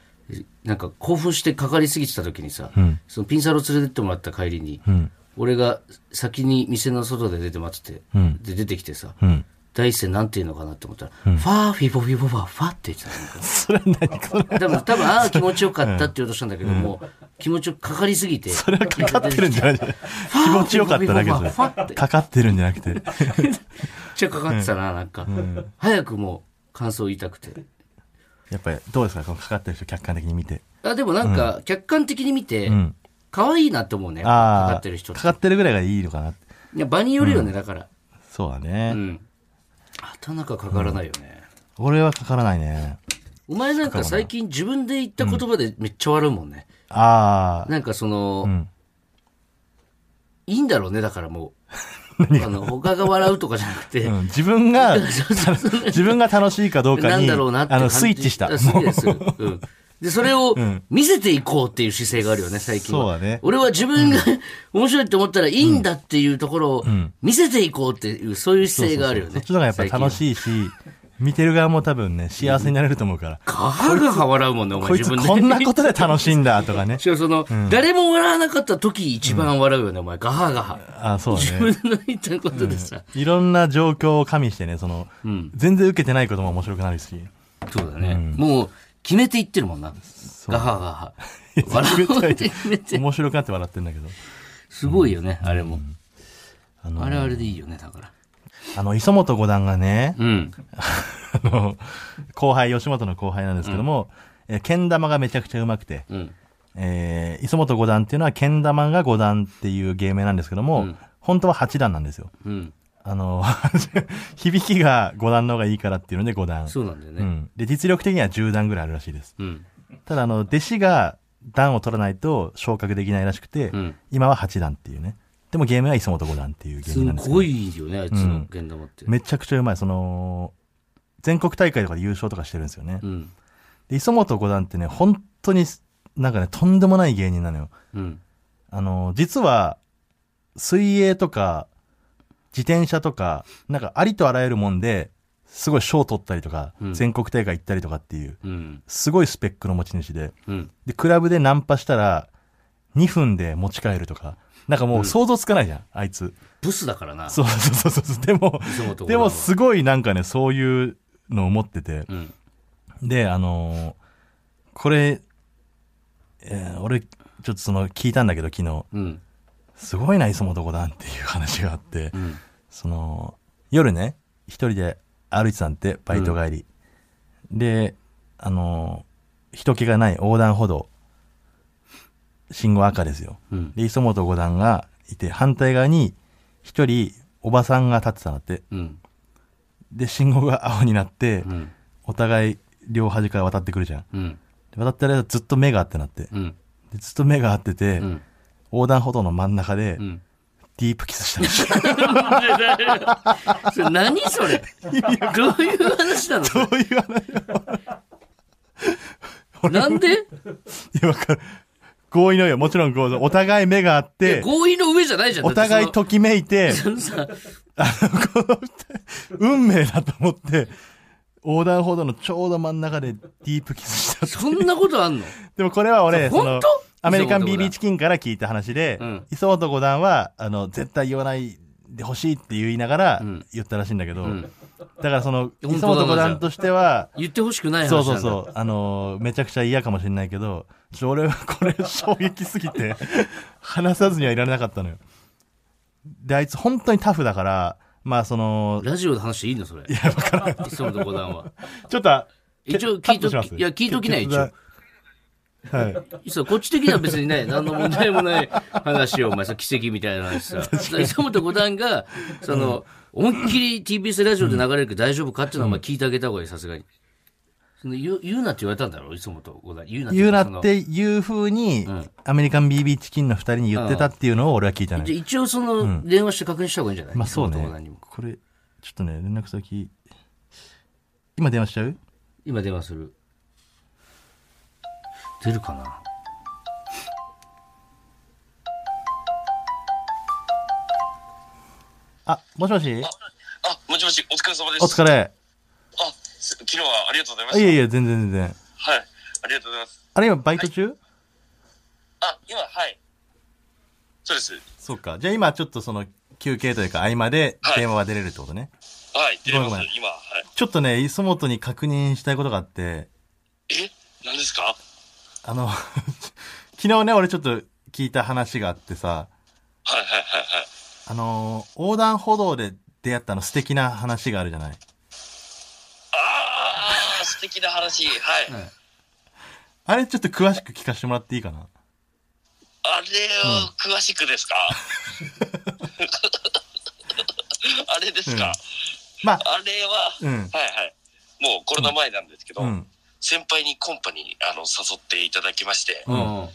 Speaker 1: なんか興奮してかかりすぎてた時にさ、
Speaker 2: ん
Speaker 1: そのピンサロ連れてってもらった帰りに、
Speaker 2: うん。
Speaker 1: 俺が先に店の外で出て待ってて、
Speaker 2: うん
Speaker 1: で出てきてさ、
Speaker 2: うん。
Speaker 1: 第一声なんて言うのかなって思ったら、ファーフィフォフィフォファーファーって言ってたの
Speaker 2: *laughs* それは何これ
Speaker 1: 多分、多分、ああ、気持ちよかったって言おうとしたんだけども、気持ちよくかかりすぎて。そ
Speaker 2: それはかかってるんじゃ
Speaker 1: *laughs*
Speaker 2: ない気持ちよかっただけ
Speaker 1: ファって
Speaker 2: で。かかってるんじゃなくて。
Speaker 1: めっちゃかかってたな、なんか。早くもう感想言いたくて。
Speaker 2: やっぱりどうですかこのかかってる人客観的に見て。
Speaker 1: あでもなんか、客観的に見て、
Speaker 2: ん
Speaker 1: 可愛いなって思うね。か
Speaker 2: ああ
Speaker 1: かってる人って
Speaker 2: かかってるぐらいがいいのかなって
Speaker 1: いや、場によるよね、だから。
Speaker 2: そうだ
Speaker 1: う
Speaker 2: ね、
Speaker 1: ん。畑中かからないよね。
Speaker 2: 俺はかからないね
Speaker 1: お前なんか最近自分で言った言葉でめっちゃ笑うもんね。
Speaker 2: ああ
Speaker 1: なんかその、
Speaker 2: ん
Speaker 1: いいんだろうね、だからも *laughs* う。あの、他が笑うとかじゃなくて、
Speaker 2: うん自分が自分が楽しいかどうか
Speaker 1: なん
Speaker 2: に
Speaker 1: だろうなって
Speaker 2: あ
Speaker 1: 感じ
Speaker 2: のスイッチした
Speaker 1: あスイッチ
Speaker 2: もう
Speaker 1: です。うん。で、それを見せていこうっていう姿勢があるよね、最近は。
Speaker 2: そうだね
Speaker 1: 俺は自分が面白いって思ったらいいんだっていうところを見せていこうっていう、そういう姿勢があるよね。
Speaker 2: そっちの方がやっぱ楽しいし見てる側も多分ね幸せになれると思うから、
Speaker 1: ガハガハ笑うもんね、お前
Speaker 2: こい
Speaker 1: 自
Speaker 2: つ
Speaker 1: 分で。
Speaker 2: こんなことで楽しいんだとかね
Speaker 1: しかもその、誰も笑わなかった時一番笑うよね、お前。ガハガハ。
Speaker 2: あそうだ
Speaker 1: 自 *laughs*
Speaker 2: ね
Speaker 1: 分の言ったことでさ。
Speaker 2: いろんな状況を加味してねその、全然受けてないことも面白くなるし
Speaker 1: そうだね。もう、決めていってるもんな。ガハガ
Speaker 2: *laughs*
Speaker 1: ハ。笑うって決めて。
Speaker 2: 面白くなって笑ってんだけど
Speaker 1: すごいよね、あれも。
Speaker 2: あの
Speaker 1: あれはあれでいいよね、だから。
Speaker 2: あの磯本五段がね、
Speaker 1: うん。
Speaker 2: あの、後輩、吉本の後輩なんですけども、えーけん玉がめちゃくちゃうまくて、
Speaker 1: うん。
Speaker 2: えー磯本五段っていうのは、けん玉が五段っていう芸名なんですけども、本当は八段なんですよ。
Speaker 1: うん。
Speaker 2: あの、 *laughs* 響きが五段の方がいいからっていうので五段。
Speaker 1: そうなんだよ
Speaker 2: う
Speaker 1: ね。
Speaker 2: ん。で、実力的には十段ぐらいあるらしいです。
Speaker 1: うん。
Speaker 2: ただ、あの、弟子が段を取らないと昇格できないらしくて、
Speaker 1: うん
Speaker 2: 今は八段っていうね。でも芸名は磯本五段っていう芸
Speaker 1: す
Speaker 2: 名なんですけど
Speaker 1: ごいよね、あいつのけん玉って。
Speaker 2: めちゃくちゃうまい。その、全国大会とかで優勝とかしてるんですよね。
Speaker 1: うん。
Speaker 2: で磯本五段ってね、本当に、なんかね、とんでもない芸人なのよ。
Speaker 1: うん。
Speaker 2: あの、実は、水泳とか、自転車とか、なんかありとあらゆるもんで、すごい賞取ったりとか、
Speaker 1: うん
Speaker 2: 全国大会行ったりとかっていう、
Speaker 1: うん。
Speaker 2: すごいスペックの持ち主で、
Speaker 1: うん。
Speaker 2: で、クラブでナンパしたら、2分で持ち帰るとか、なんかもう想像つかないじゃん、あいつ。
Speaker 1: ブスだからな。
Speaker 2: そうそうそうそう。で
Speaker 1: 磯本
Speaker 2: も、
Speaker 1: 五段は
Speaker 2: でもすごいなんかね、そういうのを持ってて、
Speaker 1: うん。
Speaker 2: で、あのーこれ、えー俺、ちょっとその、聞いたんだけど、昨日、
Speaker 1: うん。
Speaker 2: すごいな、磯本五段っていう話があって、
Speaker 1: うん。
Speaker 2: その、夜ね、一人で歩いてたんで、バイト帰り。で、あのー人気がない横断歩道、信号赤ですよ。
Speaker 1: うん。
Speaker 2: で、磯本五段がいて、反対側に一人、おばさんが立ってたんだって。
Speaker 1: うん。
Speaker 2: で、信号が青になって
Speaker 1: う、ん。
Speaker 2: お互い、両端から渡ってくるじゃん。
Speaker 1: うん。
Speaker 2: で渡ってる間ずっと目が合ってなって。
Speaker 1: うん。
Speaker 2: でずっと目が合ってて、
Speaker 1: うん。
Speaker 2: 横断歩道の真ん中で、
Speaker 1: うん。
Speaker 2: ディープキスした *laughs* らしい。
Speaker 1: それ何それどういう話なの
Speaker 2: どういう話
Speaker 1: なんで
Speaker 2: いや、わかる。合意のよ。もちろん合意。お互い目があって、
Speaker 1: 合意の上じゃないじゃん。
Speaker 2: お互い
Speaker 1: だって
Speaker 2: ときめいて、
Speaker 1: そのそのさ、
Speaker 2: この運命だと思って、横断歩道のちょうど真ん中でディープキスした *laughs* って
Speaker 1: そんなことあんの
Speaker 2: でもこれは俺、
Speaker 1: そう
Speaker 2: その
Speaker 1: 本当
Speaker 2: アメリカン
Speaker 1: 磯男
Speaker 2: BB チキンから聞いた話で
Speaker 1: うん、
Speaker 2: 磯男五段は、あの、絶対言わないでほしいって言いながら
Speaker 1: うん
Speaker 2: 言ったらしいんだけど、
Speaker 1: ん
Speaker 2: だからその、
Speaker 1: 本当だな
Speaker 2: 磯男五段としては、
Speaker 1: 言ってほしくない話
Speaker 2: そ
Speaker 1: な
Speaker 2: うん
Speaker 1: だ
Speaker 2: そうそう、あのー、めちゃくちゃ嫌かもしれないけど、ちょ俺はこれ衝撃すぎて、話さずにはいられなかったのよ。で、あいつ本当にタフだから、まあその、
Speaker 1: ラジオで話していいのそれ。いや、わからない。磯本五段は。
Speaker 2: ちょっと、
Speaker 1: 一応
Speaker 2: カ
Speaker 1: 聞
Speaker 2: ッ
Speaker 1: いと
Speaker 2: トしま
Speaker 1: き、
Speaker 2: す
Speaker 1: いや、聞いときない、一応。。
Speaker 2: 決断はい。
Speaker 1: そう、こっち的には別
Speaker 2: *laughs*
Speaker 1: にね、何の問題もない話を、お前さ、奇跡みたいな話さ。磯本五段が、その、思いっきり TBS ラジオで流れるけど大丈夫かっていうのは、まあ聞いてあげた方がいい、さすがに。その言う言うなって言われたんだろ磯本五段。言うな
Speaker 2: 言う
Speaker 1: か
Speaker 2: な
Speaker 1: その
Speaker 2: っていう風に、アメリカン BB チキンの二人に言ってたっていうのを俺は聞いたの
Speaker 1: じ
Speaker 2: よ。
Speaker 1: ゃあ一応その、電話して確認した方がいいんじゃない
Speaker 2: まあそう
Speaker 1: 磯本五段に
Speaker 2: ね
Speaker 1: も。
Speaker 2: これ、ちょっとね、連絡先、今電話しちゃう
Speaker 1: 今電話する。出るかな
Speaker 2: あ、もしもし
Speaker 3: あ、もしもし、お疲れ様です。
Speaker 2: お疲れ。
Speaker 3: あ、す昨日はありがとうございま
Speaker 2: あ
Speaker 3: し
Speaker 2: い
Speaker 3: た。
Speaker 2: やいや、全然全然。
Speaker 3: はい、ありがとうございます。
Speaker 2: あれ今バイト中、
Speaker 3: あ、今、はい。そうです。
Speaker 2: そうか。じゃあ今ちょっとその休憩というか合間で
Speaker 3: はい
Speaker 2: 電話は出れるってことね。
Speaker 3: はい、出れます
Speaker 2: ごめんごめ、
Speaker 3: 今。はい。
Speaker 2: ちょっとね、磯本に確認したいことがあって、
Speaker 3: え、何ですか
Speaker 2: あの、 *laughs* 昨日ね、俺ちょっと聞いた話があってさ、
Speaker 3: はい、はい、はい、はい。
Speaker 2: あのー横断歩道で出会ったあの素敵な話があるじゃない。
Speaker 3: あー、素敵な話。はい。
Speaker 1: はい
Speaker 2: あれちょっと詳しく聞かせてもらっていいかな
Speaker 3: あれを、詳し
Speaker 2: *laughs*
Speaker 3: くですかあれですか、
Speaker 2: まあ、
Speaker 3: あれは、
Speaker 2: うん。
Speaker 3: はい、はい。もうコロナ前なんですけど、
Speaker 2: うん。
Speaker 3: 先輩にコンパにあの誘っていただきまして、
Speaker 1: うんうん。
Speaker 3: は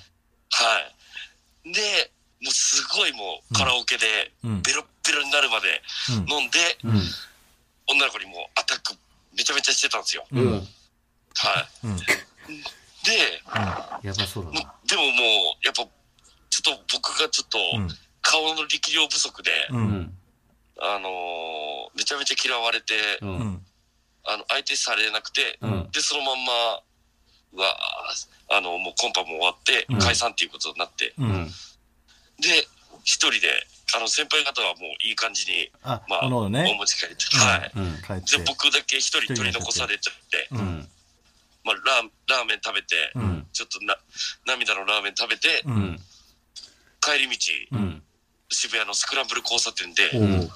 Speaker 3: い。で、もうすごいもうカラオケで、
Speaker 2: うん
Speaker 3: ベロッベロになるまで
Speaker 2: うん
Speaker 3: 飲んで、
Speaker 1: うん。
Speaker 3: 女の子にもうアタックめちゃめちゃしてたんですよ。
Speaker 2: う
Speaker 1: うんん。
Speaker 3: は
Speaker 2: うん。
Speaker 3: い。で、
Speaker 1: やばそうだな。
Speaker 3: でももう、やっぱ、ちょっと僕がちょっと
Speaker 2: うん。
Speaker 3: 顔の力量不足で、
Speaker 2: う。
Speaker 1: うんん。
Speaker 3: あのーめちゃめちゃ嫌われて、
Speaker 1: う。
Speaker 2: うんん。
Speaker 3: あの、相手されなくて、
Speaker 1: うん
Speaker 3: で、そのまんま、うわーあの、もうコンパも終わって
Speaker 2: うん、
Speaker 3: 解散っていうことになって、
Speaker 2: う。
Speaker 1: うんん。
Speaker 3: で、一人で、あの、先輩方はもういい感じに、
Speaker 2: あ、
Speaker 3: まあ、
Speaker 2: なるほど
Speaker 3: お
Speaker 2: ね。
Speaker 3: 持ち帰って、
Speaker 2: うん
Speaker 3: はい。
Speaker 1: うん。
Speaker 2: 帰って
Speaker 3: で、。僕だけ一人取り残されちゃって、
Speaker 2: う。
Speaker 1: うんん。
Speaker 3: まあ、ラーラーメン食べて、
Speaker 2: う
Speaker 1: うんん。
Speaker 3: ちょっとな涙のラーメン食べて、
Speaker 2: う
Speaker 1: うんん。
Speaker 3: 帰り
Speaker 1: う
Speaker 3: 道、
Speaker 1: ん。
Speaker 3: 渋谷のスクランブル交差点で、
Speaker 1: うん。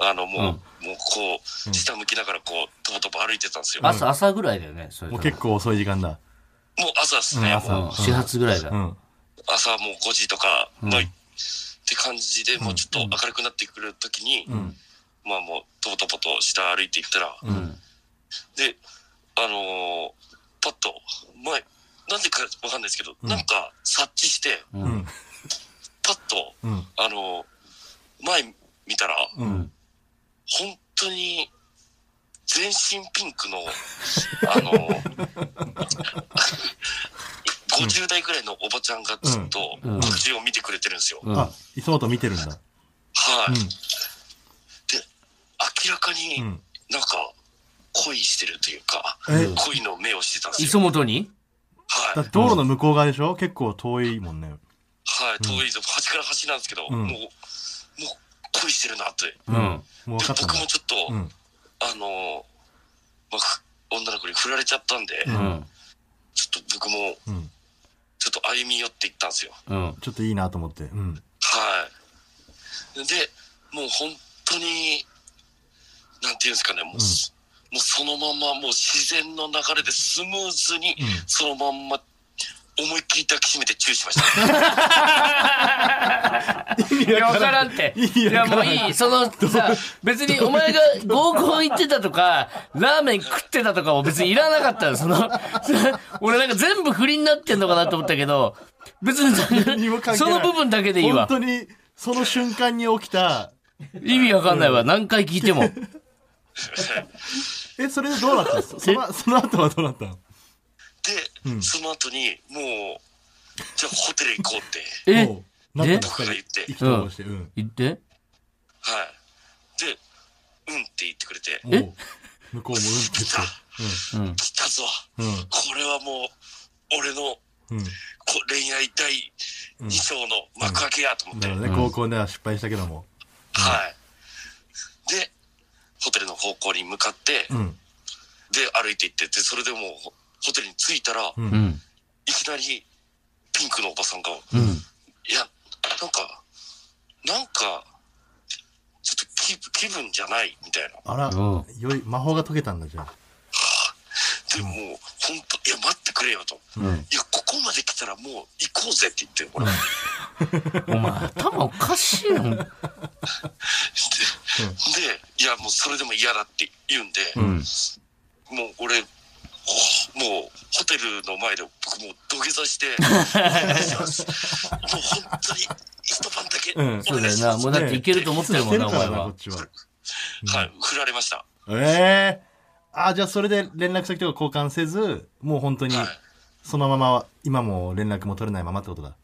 Speaker 3: あの、もう、
Speaker 1: うん
Speaker 3: もうこ
Speaker 2: うん
Speaker 3: う、下向きながらこう、とぼとぼ歩いてたんですよ。
Speaker 1: 朝、朝ぐらいだよね。それ
Speaker 2: もう結構遅い時間だ。
Speaker 3: もう朝ですね、
Speaker 2: うん
Speaker 3: もう
Speaker 1: うん。始発ぐらいだ
Speaker 2: う。ん。
Speaker 3: 朝もう5時とか
Speaker 1: うん
Speaker 3: の、って感じで、もうちょっ
Speaker 2: う
Speaker 3: と
Speaker 2: ん
Speaker 3: 明るくなってくるときに、
Speaker 2: うん。
Speaker 3: まあもう、とぼとぼと下歩いていったら、
Speaker 1: うん。
Speaker 3: で、あのーパッと、前、なんでかわかんないですけど、
Speaker 2: うん
Speaker 3: なんか察知して、
Speaker 1: う
Speaker 2: うん
Speaker 1: ん。。
Speaker 3: パッと、
Speaker 2: うん。
Speaker 3: あのー前見たら、
Speaker 2: うん。
Speaker 3: 本当に、全身ピンク
Speaker 2: *laughs*
Speaker 3: の、あの、50代ぐらいのおばちゃんがずっと、
Speaker 1: うん
Speaker 3: 告知を見てくれてるんですよ。
Speaker 1: うん。
Speaker 2: あ、磯本見てるんだ。
Speaker 3: はい。
Speaker 2: う
Speaker 3: 明らかに
Speaker 2: ん。うん。
Speaker 3: なんか、恋してるというか、
Speaker 2: え、
Speaker 3: 恋の目をしてたんですよ。
Speaker 1: 磯本に
Speaker 3: はい。
Speaker 2: だ
Speaker 3: は
Speaker 2: って道路の向こう側でしょ結構遠いもんね。
Speaker 3: い。遠いぞ。端から端なんですけど、
Speaker 2: うん
Speaker 3: もう、もう、恋してるなって。で
Speaker 1: うん。
Speaker 2: もう分かったん
Speaker 3: 僕
Speaker 2: だ
Speaker 3: も。ちょっと、
Speaker 2: うん。
Speaker 3: あの、まあふ女の子に振られちゃったんで、
Speaker 1: うん。
Speaker 3: ちょっと僕も、
Speaker 2: うん。
Speaker 3: ちょっと歩み寄っていったんですよ。
Speaker 1: うん。
Speaker 2: ちょっといいなと思って。うん。
Speaker 3: はい。で、もう本当に、なんていうんですかね、もうす、もうそのまま、もう自然の流れでスムーズに、
Speaker 2: うん
Speaker 3: そのまんま、思いっきり抱きしめてチューしまし
Speaker 2: *laughs*
Speaker 3: た。
Speaker 1: いや、わからん
Speaker 2: *laughs*
Speaker 1: って。
Speaker 2: 意
Speaker 1: い
Speaker 2: 味わ
Speaker 1: や、
Speaker 2: か
Speaker 1: も
Speaker 2: らん
Speaker 1: ういい。その、さ、別にお前が合コン行ってたとか、ラーメン食ってたとかも別にいらなかったのその、俺なんか全部不倫になってんのかなと思ったけど、別
Speaker 2: 何も
Speaker 1: に、
Speaker 2: 関係ない
Speaker 1: その部分だけでいいわ。
Speaker 2: 本当に、その瞬間に起きた、
Speaker 1: 意味わかんないわ。何回聞いても。
Speaker 2: え、それでどうなったのそその、その後はどうなったの
Speaker 3: で、
Speaker 2: うん
Speaker 3: その後に、もう、じゃあホテル行こうって、
Speaker 1: え
Speaker 2: もうなったの
Speaker 1: え
Speaker 3: 僕が言って
Speaker 2: 意気投合して、うん。
Speaker 1: 言って
Speaker 3: はい。で、うんって言ってくれて、
Speaker 2: おう向こうもうんって
Speaker 3: 来た、
Speaker 1: うん。
Speaker 3: 来たぞ。
Speaker 2: 言っ
Speaker 3: これはもう、俺の
Speaker 2: て。うん。うん。
Speaker 3: こ恋愛第2章の幕開けやと思って、
Speaker 2: だから
Speaker 1: う
Speaker 2: ね、
Speaker 1: ん
Speaker 2: 高校では失敗したけども。
Speaker 3: はい。で、ホテルの方向に向かって、
Speaker 2: うん。
Speaker 3: で、歩いて行って、で、それでもう、ホテルに着いたら、
Speaker 2: う
Speaker 1: う
Speaker 2: ん
Speaker 1: ん。
Speaker 3: いきなり、ピンクのおばさんが、い
Speaker 1: うん。
Speaker 3: や、なんか、なんか、ちょっと気気分じゃない、みたいな。
Speaker 2: あら
Speaker 1: おう、
Speaker 2: よい、魔法が解けたんだ、じゃあ。
Speaker 3: でもう、ほんと、いや、待ってくれよと。
Speaker 1: うん。
Speaker 3: いや、ここまで来たらもう行こうぜって言って、俺。で
Speaker 1: お前、頭おかしいよ。
Speaker 3: で、いや、もうそれでも嫌だって言うんで、
Speaker 1: うん。
Speaker 3: もう俺、ほもうホテルの前で僕もう土下
Speaker 1: *laughs*
Speaker 3: 座して、お願いしますもう本当に一晩だけ、
Speaker 2: うん
Speaker 1: そう
Speaker 3: お
Speaker 1: だ
Speaker 3: 願い
Speaker 1: よ
Speaker 3: し
Speaker 1: な。 *laughs*
Speaker 3: ます。
Speaker 1: もうだっていけると思ってるもんな、お
Speaker 2: 知って
Speaker 1: 前
Speaker 2: るからこ
Speaker 1: は
Speaker 2: っ。ちは。
Speaker 3: はい、振られました。
Speaker 2: ええあ、じゃあそれで連絡先とか交換せず、もう本当に
Speaker 3: はい、
Speaker 2: そのまま、今も連絡も取れないままってことだ。
Speaker 3: はい。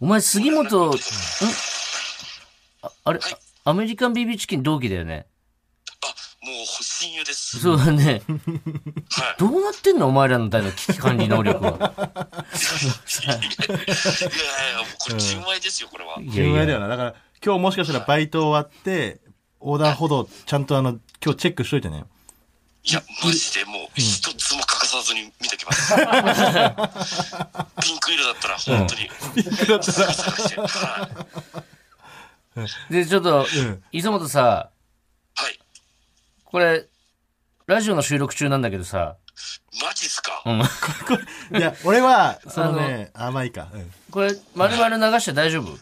Speaker 1: お前、杉本、んああれ
Speaker 3: はい、
Speaker 1: アメリカン BB チキン同期だよね。
Speaker 3: あ、もう親友です。
Speaker 1: そうだね。
Speaker 3: はい。
Speaker 1: どうなってんのお前らの代の危機管理能力 *laughs* は。
Speaker 3: いやいやいや、もうこれ純愛ですよ、これは。はい。
Speaker 1: い
Speaker 2: 純愛だ
Speaker 1: や。
Speaker 2: よな。だから、今日もしかしたらバイト終わって、横断歩道、ちゃんとあの、今日チェックしといてね。
Speaker 3: いや、マジでもう一つも欠かさずに見て
Speaker 1: *laughs*
Speaker 3: きます。ピンク色だったら本当に。探してはい。
Speaker 1: で、ちょっと、
Speaker 2: うん
Speaker 1: 磯本さ、
Speaker 3: はい。
Speaker 1: これ、ラジオの収録中なんだけどさ、
Speaker 3: マジっすか、
Speaker 1: うん。
Speaker 2: いや、俺は、そのね、甘いか。うん
Speaker 1: これ、丸々流して大 *laughs* 丈夫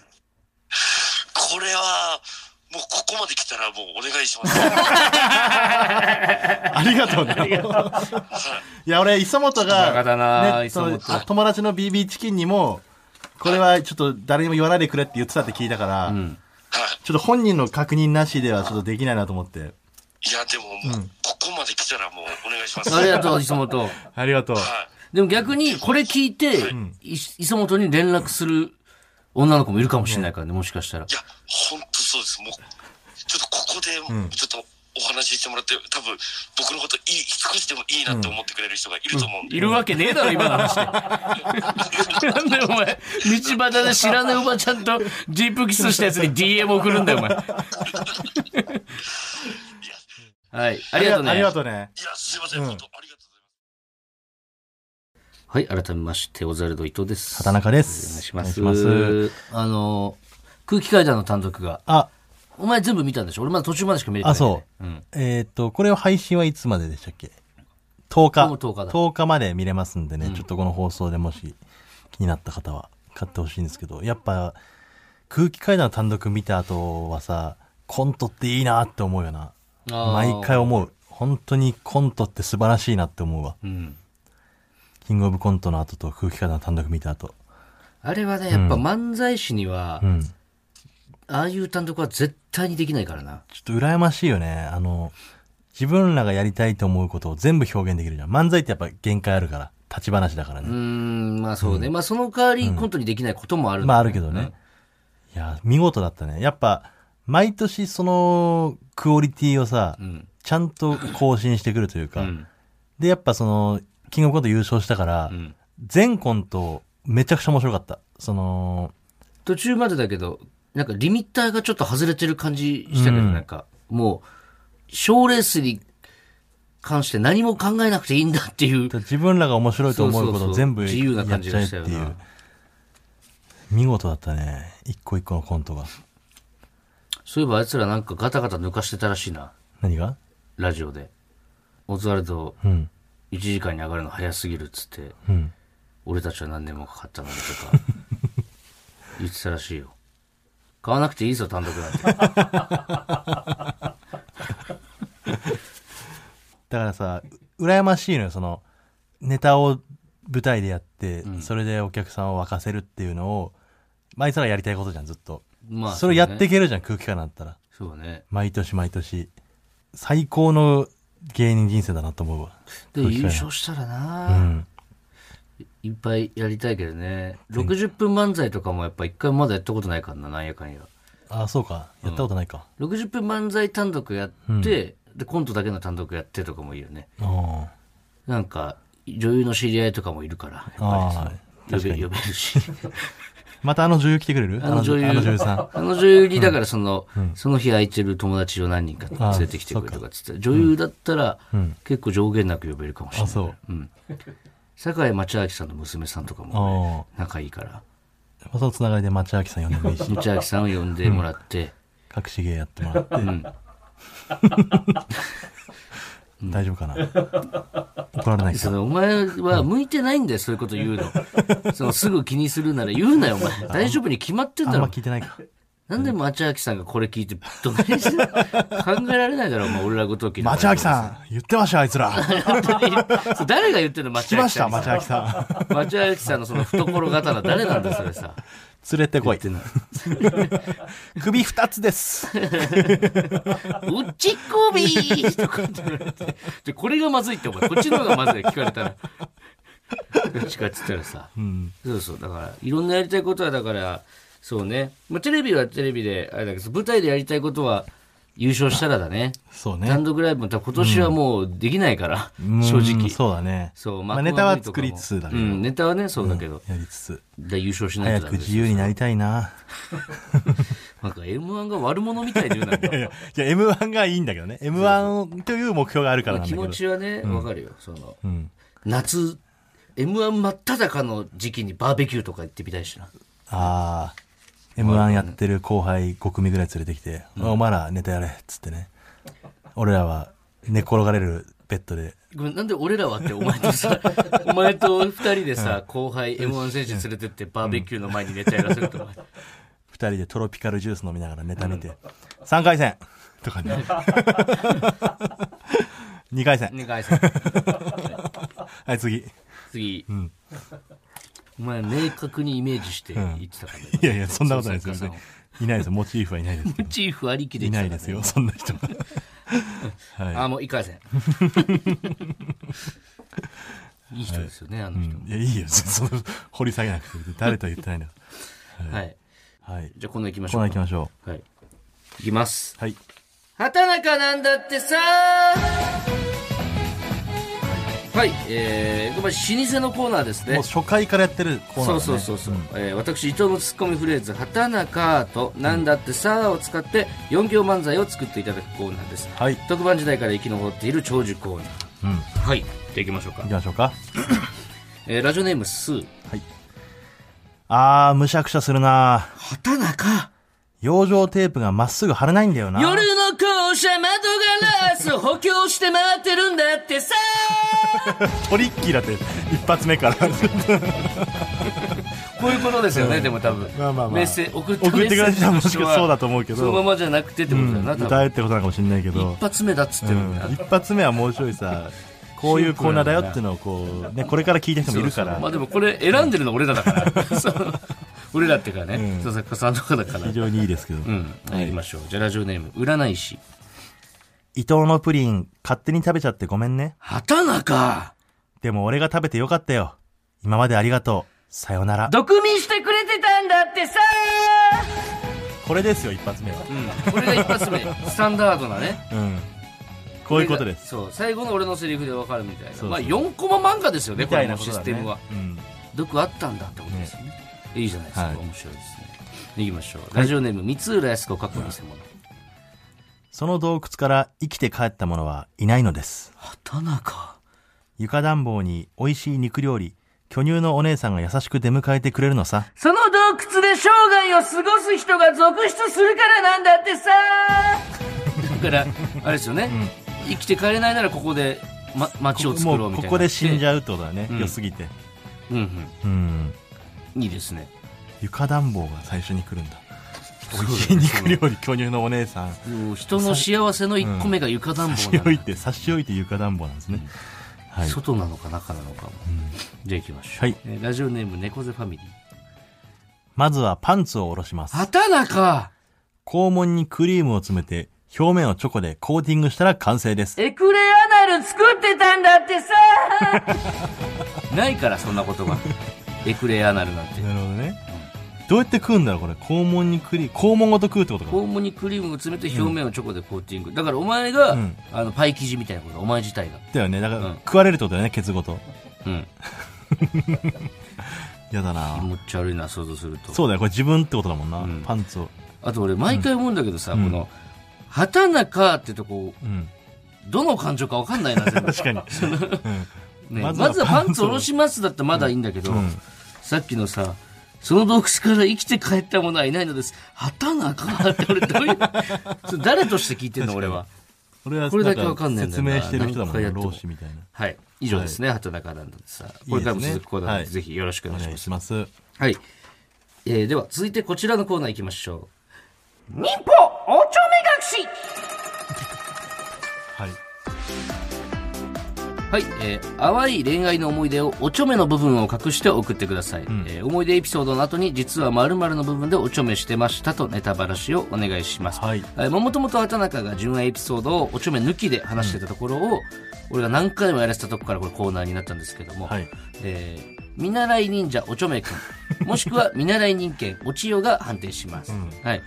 Speaker 3: これは、もうここまで来たらもうお願いします。
Speaker 2: ありがとうな。いや、俺、磯本
Speaker 1: バカだな
Speaker 2: が、ね、
Speaker 1: 磯
Speaker 2: そ
Speaker 1: 本
Speaker 2: のあ友達の BB チキンにも、これはちょっと誰にも言わないでくれって言ってたって聞いたから、
Speaker 1: うん。
Speaker 3: はい。
Speaker 2: ちょっと本人の確認なしではちょっとできないなと思って。
Speaker 3: いや、でももう、ここまで来たらもうお願いします。
Speaker 1: ありが
Speaker 3: う。
Speaker 1: とう、磯本。
Speaker 2: ありがとう。
Speaker 3: はい。
Speaker 1: でも逆に、これ聞いて、い磯本に連絡する女の子もいるかもしれないからね、もしかしたら
Speaker 3: い。や、ほんとそうです。もう、ちょっとここで、ちょっとお話ししてもらって、多分、僕のこといい、少しでもいいなって思ってくれる人がいると思うんで。
Speaker 1: いるわけねえだろ、今の話で。なんだよ、お前。道端で知らないおばちゃんとディープキスしたやつに DM 送るんだよ、お前。はい、ありがとうね。
Speaker 2: ありがとうね。
Speaker 3: いや、すいません。
Speaker 2: うん
Speaker 3: 本当ありがとうございます。
Speaker 1: はい、改めまして、オザルド伊藤です。
Speaker 2: 畑中で
Speaker 1: お願い
Speaker 2: す。
Speaker 1: します。
Speaker 2: お願いします
Speaker 1: あの、空気階段の単独が。
Speaker 2: あ、
Speaker 1: お前全部見たんでしょ俺まだ途中までしか見れてない、。
Speaker 2: あそう
Speaker 1: うん。
Speaker 2: えっ、と、これを配信はいつまででしたっけ ?10 日。
Speaker 1: もう10日だ
Speaker 2: まで見れますんでね、ちょっとこの放送でもし気になった方は買ってほしいんですけど、やっぱ空気階段の単独見た後はさ、コントっていいなって思うよな。
Speaker 1: あー
Speaker 2: 毎回思う。本当にコントって素晴らしいなって思うわ。
Speaker 1: うん。
Speaker 2: キングオブコントの後と空気階段の単独見た後。
Speaker 1: あれはね、やっぱ漫才師には、
Speaker 2: うん。
Speaker 1: ああいう単独は絶対にできないからな。
Speaker 2: ちょっと羨ましいよね。あの、自分らがやりたいと思うことを全部表現できるじゃん。漫才ってやっぱ限界あるから。立ち話だから
Speaker 1: うー
Speaker 2: ね。
Speaker 1: ん、まあそうね。まあその代わりコントにできないこともある、
Speaker 2: まああるけどね。いや、見事だったね。やっぱ、毎年そのクオリティをさ、
Speaker 1: ん
Speaker 2: ちゃんと更新してくるというか、
Speaker 1: ん
Speaker 2: で、やっぱその、キングオブコント優勝したから、
Speaker 1: ん
Speaker 2: 全コントめちゃくちゃ面白かった。その、
Speaker 1: 途中までだけど、なんかリミッターがちょっと外れてる感じしたけど、
Speaker 2: うん
Speaker 1: なんか、もう、賞レースに関して何も考えなくていいんだっていう。
Speaker 2: 自分らが面白いと思うことを全部
Speaker 1: そうそうそう自由
Speaker 2: や
Speaker 1: な
Speaker 2: っ
Speaker 1: 感じ
Speaker 2: ちゃ
Speaker 1: が
Speaker 2: えっ
Speaker 1: してた
Speaker 2: い
Speaker 1: よな
Speaker 2: う。見事だったね。一個一個のコントが。
Speaker 1: そういえばあいつらなんかガタガタ抜かしてたらしいな、
Speaker 2: 何が
Speaker 1: ラジオで。オズワルド、
Speaker 2: うん。
Speaker 1: 1時間に上がるの早すぎるっつって、
Speaker 2: うん。
Speaker 1: 俺たちは何年もかかったのに
Speaker 2: *laughs*
Speaker 1: とか、言ってたらしいよ。買わなくていいぞ、単独なんて。
Speaker 2: *laughs* だからさ、羨ましいのよ、その、ネタを舞台でやって、それでお客さんを沸かせるっていうのを、まあ、あいつらがやりたいことじゃん、ずっと。
Speaker 1: まあ、
Speaker 2: それやって
Speaker 1: け。
Speaker 2: いけるじゃん、空気感だったら。
Speaker 1: そうだね。
Speaker 2: 毎年毎年。最高の芸人人生だなと思うわ。
Speaker 1: で、
Speaker 2: 空気
Speaker 1: 優
Speaker 2: 感
Speaker 1: 勝したら
Speaker 2: う
Speaker 1: な、
Speaker 2: ん。
Speaker 1: いっぱいやりたいけどね。60分漫才とかもやっぱ一回もまだやったことないからな、なんやかんや。
Speaker 2: あ、そうか。やったことないか。
Speaker 1: 60分漫才単独やって、で、コントだけの単独やってとかもいいよね。
Speaker 2: うん。あ
Speaker 1: なんか、女優の知り合いとかもいるから、やっぱ
Speaker 2: あ
Speaker 1: りその、呼べ呼べるし。
Speaker 2: またあの女優来てくれる
Speaker 1: あの女優、
Speaker 2: *laughs* あの女優さん。
Speaker 1: あの女優に、だからその、その日空いてる友達を何人か連れてきてくれとかっつって、女優だったら、結構上限なく呼べるかもしれ
Speaker 2: あ、
Speaker 1: ない。
Speaker 2: そう。
Speaker 1: 坂井町明さんの娘さんとかも
Speaker 2: あ
Speaker 1: 仲いいから、
Speaker 2: あ。そのつながりで町明さん呼んでもいいし、
Speaker 1: 町明さんを呼んでもらって、
Speaker 2: 隠し芸やってもらって。 *laughs* 大丈夫かな怒られない
Speaker 1: そ
Speaker 2: か。
Speaker 1: のお前は向いてないんだよ、そういうこと言う
Speaker 2: *laughs*
Speaker 1: の。そのすぐ気にするなら言うなよ、お前。大丈夫に決まってん
Speaker 2: あ
Speaker 1: だ
Speaker 2: んま
Speaker 1: ろ。
Speaker 2: 聞いてないか。
Speaker 1: なんで町明さんがこれ聞いて、どないして考えられないだろ、お前、俺らごときの。
Speaker 2: 町明さん言ってました、あいつら。
Speaker 1: そう誰が言ってんの、
Speaker 2: 聞
Speaker 1: 町
Speaker 2: き
Speaker 1: 明
Speaker 2: まし
Speaker 1: さ *laughs* ん
Speaker 2: た、
Speaker 1: に。
Speaker 2: 町明さん。
Speaker 1: 町明さんのその懐刀、誰なんだよ、それさ。
Speaker 2: 連れてこい。
Speaker 1: *laughs* 言っ
Speaker 2: 首二つです。
Speaker 1: うっちこびーとかって言われて。で、これがまずいって、お前、こっちの方がまずい、聞かれたら。どっちかって言ったらさ。そうそう、だから、いろんなやりたいことは、だから、そうね。まあ、テレビはテレビで、あれだけど、舞台でやりたいことは、優勝したらだね。
Speaker 2: そうね
Speaker 1: 単。独ライブも、多分今年はもうできないから、正
Speaker 2: うん
Speaker 1: 直。
Speaker 2: そうだね。
Speaker 1: そう、
Speaker 2: まあ
Speaker 1: 幕
Speaker 2: ネ
Speaker 1: の
Speaker 2: タは
Speaker 1: 上とか
Speaker 2: 作
Speaker 1: も
Speaker 2: りつつだけ
Speaker 1: う
Speaker 2: ど。
Speaker 1: ん、ネタはね、そうだけど。
Speaker 2: やりつつ。
Speaker 1: で優勝しない
Speaker 2: 早
Speaker 1: とダ
Speaker 2: く
Speaker 1: メです
Speaker 2: 自由になりたいな。
Speaker 1: なんか M1 が悪者みたいで言うな。
Speaker 2: *laughs* いやいや、M1 がいいんだけどね。M1 という目標があるからなんだ
Speaker 1: 気
Speaker 2: けど
Speaker 1: 持。ちはね、わかるよ。その、
Speaker 2: うん。
Speaker 1: 夏、M1 真っ只中の時期にバーベキューとか行ってみたいしな。
Speaker 2: ああ、M1 やってる後輩5組ぐらい連れてきて、お前らネタやれ、っつってね。俺らは寝転がれるベッドで。
Speaker 1: ごめん、なんで俺らはって、お前と
Speaker 2: *laughs*
Speaker 1: さ、お前と二人でさ、後輩 M1 選手連れてってバーベキューの前にネタやらせると思う。
Speaker 2: 二人でトロピカルジュース飲みながらネタ見て、三回戦とか
Speaker 1: *laughs*
Speaker 2: ね。二回戦。
Speaker 1: ね、ガイさん、
Speaker 2: はい、次。い
Speaker 1: 次。お前、明確にイメージして言ってたからね。
Speaker 2: やいや、そんなことないですよ。
Speaker 1: そう
Speaker 2: 別
Speaker 1: そう
Speaker 2: にいないですよ。モチーフはいないですけど。
Speaker 1: チーフありきで
Speaker 2: い
Speaker 1: 言っ
Speaker 2: ない
Speaker 1: てた
Speaker 2: で
Speaker 1: か
Speaker 2: すよ、そんな人は。
Speaker 1: らね。あ、もう一回戦。
Speaker 2: *laughs*
Speaker 1: いい人ですよね、あの人。
Speaker 2: いや、いいよ。その、掘り下げなくて。誰とは言ってないんだか
Speaker 1: はい。
Speaker 2: ら。はい。
Speaker 1: じゃあ、こんな行きまし
Speaker 2: コー
Speaker 1: ょう
Speaker 2: ナー
Speaker 1: か。
Speaker 2: 行きましょ
Speaker 1: はい。行きます。
Speaker 2: う。はい。
Speaker 1: 畑中なんだってさはい、えー、これ老舗のコーナーです
Speaker 2: も
Speaker 1: ね
Speaker 2: う。初回からやってるコーナーだ
Speaker 1: そ
Speaker 2: ね
Speaker 1: うそうそうそう、えー私伊藤のツッコミフレーズ「畑中」と「なんだってさ」を使って4行漫才を作っていただくコーナーです、
Speaker 2: はい
Speaker 1: 特番時代から生き残っている長寿コーナー
Speaker 2: うん行
Speaker 1: はいじゃあ行きましょうか
Speaker 2: き、ましょうか
Speaker 1: えーラジオネームスー
Speaker 2: はいあーむしゃくしゃするな
Speaker 1: 畑中
Speaker 2: 養生テープがまっすぐ貼れないんだよな
Speaker 1: 夜の校舎窓ガラスを補強して待ってるんだってさ
Speaker 2: トリッキーだって一発目から
Speaker 1: こういうことですよね、でも多分。
Speaker 2: まあまあまあ
Speaker 1: メッセ送った
Speaker 2: 送ってくれた人は
Speaker 1: メッセージとしては
Speaker 2: もしかそうだと思うけど
Speaker 1: そのままじゃなくてってことだよな、多
Speaker 2: 歌
Speaker 1: 分。
Speaker 2: えってことなのかもしれないけど
Speaker 1: 一、発目だっつってる
Speaker 2: うん
Speaker 1: んだよ。
Speaker 2: 一発目はもうちょいさこういうコーナーだよってのをこう、ね、これから聞いた人もいるか
Speaker 1: そうそう
Speaker 2: ら
Speaker 1: まあでもこれ選んでるの俺らだから。 *laughs* そう俺らっていうかね、佐々木さんとかだから。
Speaker 2: 非常にいいですけど、
Speaker 1: うん。はい、行きましょう。じゃあラジオネーム、占い師。
Speaker 2: 伊藤のプリン勝手に食べちゃってごめんね
Speaker 1: 畑中
Speaker 2: でも俺が食べてよかったよ今までありがとうさよなら
Speaker 1: 毒味してくれてたんだってさ
Speaker 2: これですよ一発目は
Speaker 1: うん。これが一発
Speaker 2: *laughs*
Speaker 1: 目。スタンダードなね。
Speaker 2: うんこういうことです
Speaker 1: そう。最後の俺のセリフでわかるみたいな。
Speaker 2: そうそう
Speaker 1: まあ4コマ漫画ですよね、
Speaker 2: み
Speaker 1: こ
Speaker 2: た
Speaker 1: れ
Speaker 2: い
Speaker 1: も
Speaker 2: な
Speaker 1: う
Speaker 2: こと
Speaker 1: シ
Speaker 2: だ
Speaker 1: ス
Speaker 2: ね
Speaker 1: テムは。
Speaker 2: うん
Speaker 1: 毒あったんだってことですよね。いいじゃないですか、
Speaker 2: はい
Speaker 1: 面白いですね。いきましょう。ラジオネーム、三浦康子過去偽物。
Speaker 2: その洞窟から生きて帰った者はいないのです
Speaker 1: 畑中。
Speaker 2: 床暖房に美味しい肉料理巨乳のお姉さんが優しく出迎えてくれるのさ
Speaker 1: その洞窟で生涯を過ごす人が続出するからなんだって
Speaker 2: *laughs*
Speaker 1: さだから、あれですよね。生きて帰れないならここで、ま、街を作ろ
Speaker 2: も
Speaker 1: う
Speaker 2: う
Speaker 1: みたい
Speaker 2: こ
Speaker 1: な。
Speaker 2: こで死んじゃうってことだね、
Speaker 1: うん
Speaker 2: 良すぎて
Speaker 1: うん
Speaker 2: うん
Speaker 1: うん。いいですね。
Speaker 2: 床暖房が最初に来るんだ美味しい肉料理巨乳のお姉さん
Speaker 1: もう人の幸せの一個目が床暖房
Speaker 2: 差し
Speaker 1: なんだ
Speaker 2: 置いて差し置いて床暖房なんですね、はい
Speaker 1: 外なのか中なのかも。じゃあ行きましょう。
Speaker 2: はい
Speaker 1: えーラジオネーム、猫背ファミリー。
Speaker 2: まずはパンツを下ろします
Speaker 1: 畑中
Speaker 2: 肛門にクリームを詰めて表面をチョコでコーティングしたら完成です
Speaker 1: エクレアナル作ってたんだってさ *laughs* ないからそんな言葉エクレアナルなんて
Speaker 2: なるほどね。どうやって食うんだろうこれ肛門にクリーム肛門ごと食うってことか
Speaker 1: 肛門にクリームを詰めて表面をチョコでコーティング。だからお前が、
Speaker 2: うん
Speaker 1: あの、パイ生地みたいなこと、お前自体が。
Speaker 2: だよねだから、
Speaker 1: うん
Speaker 2: 食われるってことだよねケツごと
Speaker 1: うん。
Speaker 2: やだ
Speaker 1: 気
Speaker 2: な
Speaker 1: 持ち悪いな、想像すると。
Speaker 2: そうだよこれ自分ってことだもんな、
Speaker 1: うん
Speaker 2: パンツを
Speaker 1: あと俺、毎回思うんだけどさ、
Speaker 2: うん
Speaker 1: この、畑中ってとこ、
Speaker 2: うん
Speaker 1: どの感情かわかんないな、全部。
Speaker 2: *laughs* 確かに、うん
Speaker 1: ね、
Speaker 2: ま
Speaker 1: ま
Speaker 2: ず
Speaker 1: ず
Speaker 2: は
Speaker 1: はパンツ下ろしますだったらまだいいんだけど、
Speaker 2: うん
Speaker 1: さっきのさ、その洞窟から生きて帰った者はいないのです。畑中って俺どう *laughs* いう、それ誰として聞いてんの俺は。
Speaker 2: *laughs* 俺は
Speaker 1: これだけ
Speaker 2: ん
Speaker 1: わかんないんだ
Speaker 2: 説
Speaker 1: よな
Speaker 2: 明してる人だもん
Speaker 1: 何回
Speaker 2: ね
Speaker 1: やっても
Speaker 2: 老子みたいな
Speaker 1: はい。以上ですね、畑中なんでさ。これからも続くコーナーなんで、ぜひよろしくお
Speaker 2: お
Speaker 1: 願いし
Speaker 2: 願
Speaker 1: ま
Speaker 2: い
Speaker 1: す。
Speaker 2: します
Speaker 1: はい。えーでは、続いてこちらのコーナー行きましょう。忍法おちょめ隠し
Speaker 2: はい
Speaker 1: はい、えー淡い恋愛の思い出をおちょめの部分を隠して送ってください、えー思い出エピソードの後に実は〇〇の部分でおちょめしてましたとネタばらしをお願いします、
Speaker 2: はい
Speaker 1: えーもともと畑中が純愛エピソードをおちょめ抜きで話してたところを、俺が何回もやらせたとこからこれコーナーになったんですけども、
Speaker 2: はい
Speaker 1: えー見習い忍者おちょめく
Speaker 2: *laughs*
Speaker 1: んもしくは見習い人間おちよが判定します、
Speaker 2: うん
Speaker 1: はい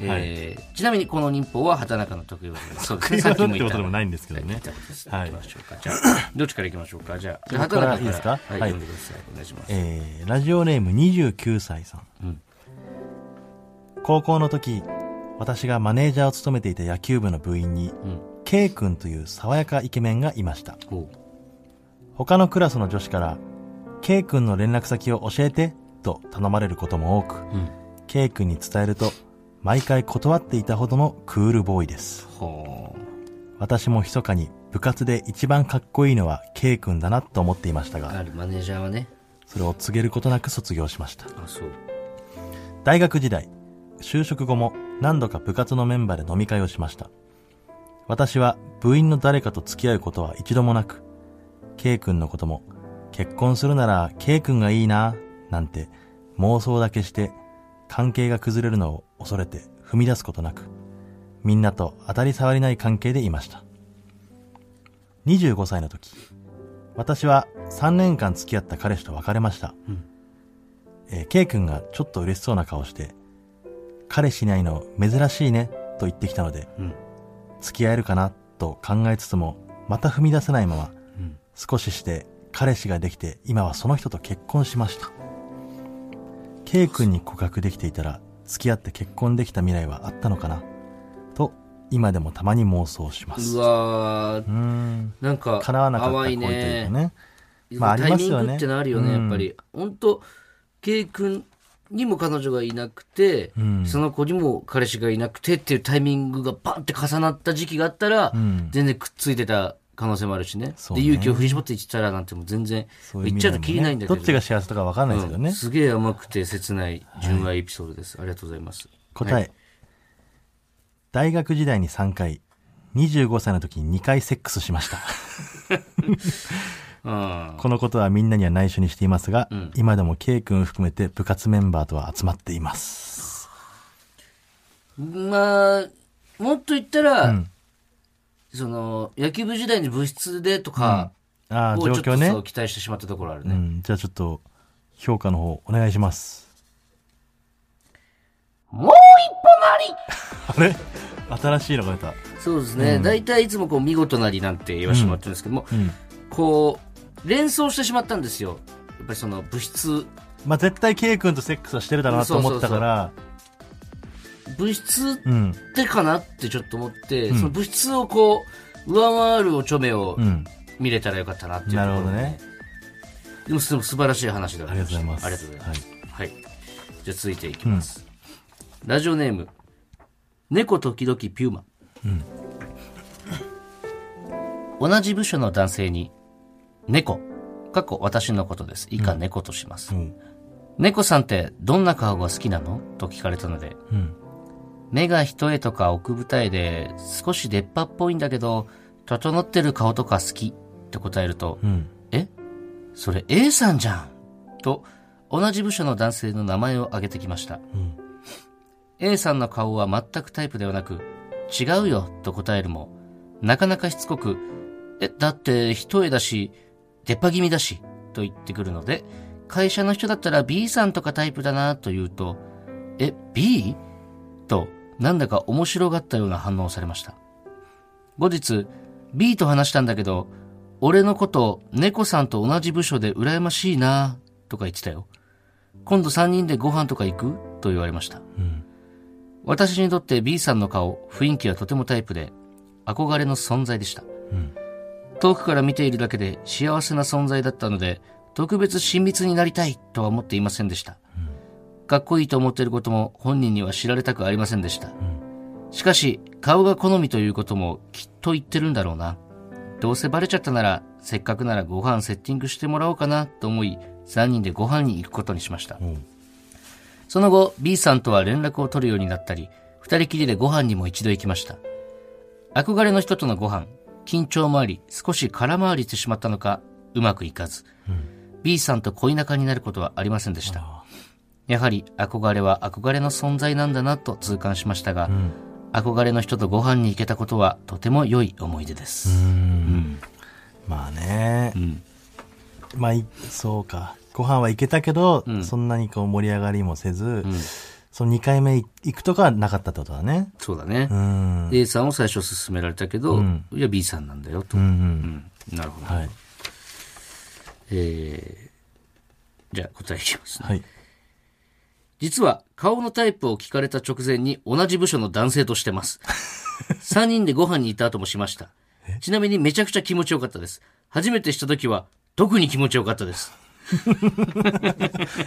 Speaker 1: えーちなみにこの忍法は畑中の得意技
Speaker 2: *laughs*
Speaker 1: です。そうですね
Speaker 2: 得意技ってことでもないんですけどね
Speaker 1: さっきも言った
Speaker 2: はい
Speaker 1: 行きましょうか。じゃあ、 *coughs* どっちから行きましょうか。じゃあ、じゃあ
Speaker 2: 僕から
Speaker 1: 畑中
Speaker 2: いいですか
Speaker 1: はい、
Speaker 2: はい
Speaker 1: 読んでください。お願いします。
Speaker 2: えーラジオネーム29歳さん、
Speaker 1: うん
Speaker 2: 高校の時私がマネージャーを務めていた野球部の部員に、
Speaker 1: ん
Speaker 2: K 君という爽やかイケメンがいました
Speaker 1: ほう
Speaker 2: 他のクラスの女子から K 君の連絡先を教えてと頼まれることも多く、
Speaker 1: うん
Speaker 2: K 君に伝えると毎回断っていたほどのクールボーイです
Speaker 1: ほ
Speaker 2: 私も密かに部活で一番かっこいいのは K 君だなと思っていました
Speaker 1: う。
Speaker 2: が
Speaker 1: あるマネージャーはね。
Speaker 2: それを告げることなく卒業しました
Speaker 1: あ、そう。
Speaker 2: 大学時代、就職後も何度か部活のメンバーで飲み会をしました。私は部員の誰かと付き合うことは一度もなく、K 君のことも、結婚するなら K 君がいいな、なんて妄想だけして、関係が崩れるのを恐れて踏み出すことなく、みんなと当たり障りない関係でいました。25歳の時、私は3年間付き合った彼氏と別れました。えー、K 君がちょっと嬉しそうな顔して、彼氏いないの珍しいねと言ってきたので、
Speaker 1: うん
Speaker 2: 付き合えるかなと考えつつも、また踏み出せないまま、
Speaker 1: うん
Speaker 2: 少しして彼氏ができて今はその人と結婚しました。K 君に告白できていたら、付き合って結婚できた未来はあったのかなと、今でもたまに妄想します。
Speaker 1: うわー
Speaker 2: うーん。
Speaker 1: なんか、
Speaker 2: 叶わなかった恋
Speaker 1: 淡
Speaker 2: とい
Speaker 1: いうね。
Speaker 2: かね。まあありますよね
Speaker 1: タイミングってのあるよね、
Speaker 2: うん
Speaker 1: やっぱり。本当 K 君にも彼女がいなくて、
Speaker 2: うん
Speaker 1: その子にも彼氏がいなくてっていうタイミングがバンって重なった時期があったら、
Speaker 2: うん
Speaker 1: 全然くっついてた可能性もあるしね。
Speaker 2: そう
Speaker 1: で、
Speaker 2: ね
Speaker 1: 勇気を振り絞っていったらなんてもう全然、
Speaker 2: そういう
Speaker 1: 言っ
Speaker 2: 未
Speaker 1: ちゃう
Speaker 2: 来も
Speaker 1: とき
Speaker 2: ね
Speaker 1: りないんだけど。
Speaker 2: どっちが幸せとかわかんないですけどね。
Speaker 1: うんすげえ甘くて切ない純愛エピソードです。ありがとうございます。
Speaker 2: 答え、
Speaker 1: はい
Speaker 2: 大学時代に3回25歳の時に2回セックスし
Speaker 1: *laughs*
Speaker 2: ました
Speaker 1: うん。
Speaker 2: このことはみんなには内緒にしていますが、
Speaker 1: ん
Speaker 2: 今でも K 君含めて部活メンバーとは集まっています
Speaker 1: まあ、もっと言ったら、
Speaker 2: ん
Speaker 1: その、野球部時代に部室でとか、
Speaker 2: ああ
Speaker 1: を
Speaker 2: 状
Speaker 1: ちょっ
Speaker 2: 況
Speaker 1: と
Speaker 2: ね
Speaker 1: そう期待してしまったところある
Speaker 2: う
Speaker 1: ね。
Speaker 2: ん、じゃあちょっと評価の方お願い
Speaker 1: *laughs*
Speaker 2: します
Speaker 1: もう一歩な
Speaker 2: あれ新しいのが出た
Speaker 1: りそうですね。大体いつもこう、見事なりなんて言わせてもらってるんですけども、
Speaker 2: うん
Speaker 1: こう、連想してしまったんですよ。やっぱりその、部室、
Speaker 2: まあ絶対 K 君とセックスはしてるだろうなと思ったから
Speaker 1: 部室
Speaker 2: うん
Speaker 1: ってかなってちょっと思って、その部室をこう、上回るおちょめを
Speaker 2: うん
Speaker 1: 見れたらよかったなっていうとこ
Speaker 2: なる
Speaker 1: ろ
Speaker 2: ほどね
Speaker 1: でも、す素晴らしい話では
Speaker 2: ありがとうございます
Speaker 1: ありがとうございます。
Speaker 2: は
Speaker 1: はい。じゃあ続いていきます。ラジオネーム、猫時々ピューマ。同じ部署の男性に、猫、過去私のことです。以下猫とします。
Speaker 2: いうん
Speaker 1: 猫さんってどんな顔が好きなのと聞かれたので、
Speaker 2: うん
Speaker 1: 目が一重とか奥二重で少し出っ歯っぽいんだけど、整ってる顔とか好きって答えると、
Speaker 2: うん
Speaker 1: えそれ A さんじゃんと、同じ部署の男性の名前を挙げてきました。
Speaker 2: ん
Speaker 1: A さんの顔は全くタイプではなく、違うよと答えるも、なかなかしつこく、え、だって一重だし、出っ歯気味だし、と言ってくるので、会社の人だったら B さんとかタイプだなと言うと、え、B? と、なんだか面白がったような反応をされました。後日、B と話したんだけど、俺のこと、猫さんと同じ部署で羨ましいなとか言ってたよ。今度3人でご飯とか行くと言われました。私にとって B さんの顔、雰囲気はとてもタイプで、憧れの存在でした。遠くから見ているだけで幸せな存在だったので、特別親密になりたいとは思っていませんでした。かっこいいと思っていることも本人には知られたくありませんでした。しかし、顔が好みということもきっと言ってるんだろうな。どうせバレちゃったなら、せっかくならご飯セッティングしてもらおうかなと思い、3人でご飯に行くことにしました。その後、B さんとは連絡を取るようになったり、二人きりでご飯にも一度行きました。憧れの人とのご飯、緊張もあり、少し空回りしてしまったのか、うまくいかず、B さんと恋仲になることはありませんでした。やはり憧れは憧れの存在なんだなと痛感しましたが、憧れの人とご飯に行けたことはとても良い思い出です。
Speaker 2: まあね、
Speaker 1: ん
Speaker 2: まあいそうかご飯は行けたけど、そんなにこう盛り上がりもせず、その2回目行くとかはなかったってことだね
Speaker 1: そうだね
Speaker 2: う。ん
Speaker 1: A さんを最初勧められたけど、
Speaker 2: ん
Speaker 1: いや B さんなんだよと。
Speaker 2: うんう
Speaker 1: うんんなるほど。
Speaker 2: はい
Speaker 1: えー、じゃあ答えいきますね。
Speaker 2: はい
Speaker 1: 実は顔のタイプを聞かれた直前に同じ部署の男性として
Speaker 2: *laughs*
Speaker 1: ます。3人でご飯に行った後もしました。ちなみにめちゃくちゃ気持ちよかったです。初めてした時は特に気持ちよかったです。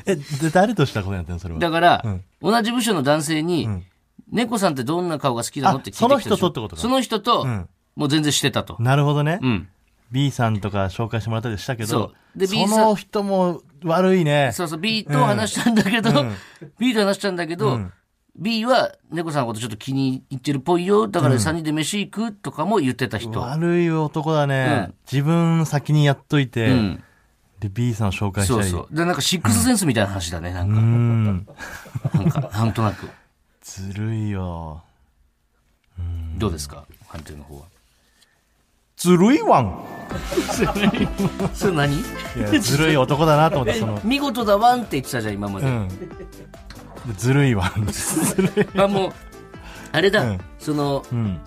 Speaker 2: えで誰としたことになってんのそれは
Speaker 1: だから、同じ部署の男性に、猫さんってどんな顔が好きなのって聞いてきたでしょ
Speaker 2: あその人とってことか
Speaker 1: その人と、
Speaker 2: ん
Speaker 1: もう全然してたと。
Speaker 2: なるほどね、
Speaker 1: うん。
Speaker 2: B さんとか紹介してもらったりしたけ
Speaker 1: そ
Speaker 2: ど
Speaker 1: うで B さん
Speaker 2: その人も悪いね
Speaker 1: そうそう、B と話したんだけど、B と話したんだけど、B は猫さんのことちょっと気に入ってるっぽいよ。だから3人で飯行くとかも言ってた人。
Speaker 2: 悪い男だね、
Speaker 1: うん
Speaker 2: 自分先にやっといて、
Speaker 1: うん。
Speaker 2: で B さんを紹介し
Speaker 1: そ
Speaker 2: た
Speaker 1: う
Speaker 2: り
Speaker 1: そう。で、なんかシックスセンスみたいな話だね、なんか。
Speaker 2: うん
Speaker 1: なんか、なんとなく。
Speaker 2: ずるいよ
Speaker 1: どうですか判定の方は。
Speaker 2: ずるいわん
Speaker 1: それ何
Speaker 2: いやずるい男だなと思って
Speaker 1: *laughs*
Speaker 2: その、
Speaker 1: 見事だワンって言ってたじゃん、今まで。
Speaker 2: うん、ずるいわんずるい、
Speaker 1: まあもう、あれだ、
Speaker 2: うん
Speaker 1: その、
Speaker 2: うん、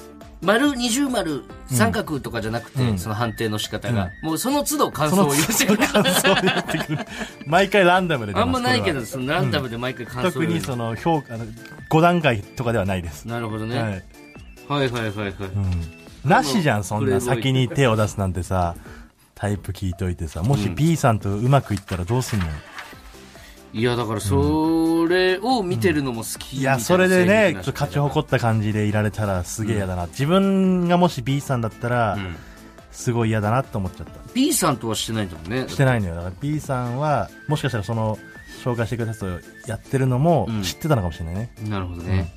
Speaker 1: 丸、二重丸、三角とかじゃなくて、その判定の仕方が、もうその都度感
Speaker 2: そ
Speaker 1: 想を
Speaker 2: の
Speaker 1: 言ってくる。
Speaker 2: そうやってくる毎回ランダムで出ま
Speaker 1: あ
Speaker 2: す
Speaker 1: んまないけ
Speaker 2: こ
Speaker 1: ど、そのランダムで毎回
Speaker 2: れ
Speaker 1: 感
Speaker 2: は
Speaker 1: 想を
Speaker 2: 特
Speaker 1: 言う
Speaker 2: にその評価あの5段階とかではないです、
Speaker 1: なるほどね。
Speaker 2: は
Speaker 1: は
Speaker 2: い
Speaker 1: いはいはいはい。
Speaker 2: うん、なしじゃんそんな先に手を出すなんてさタイプ聞いといてさもし B さんとうまくいったらどうすんの、
Speaker 1: いや、だから、それを見てるのも好き
Speaker 2: いやそれでねちょっと勝ち
Speaker 1: 誇
Speaker 2: 誇った感じでいられたらすげえ嫌だな、自分がもし B さんだったら、
Speaker 1: ん
Speaker 2: すごい嫌だなと思っちゃった
Speaker 1: B さんとはしてないんだもんね。
Speaker 2: してないのよだから B さんはもしかしたらその紹介してくれた人をやってるのも
Speaker 1: うん
Speaker 2: 知ってたのかもしれないね、
Speaker 1: なるほどね。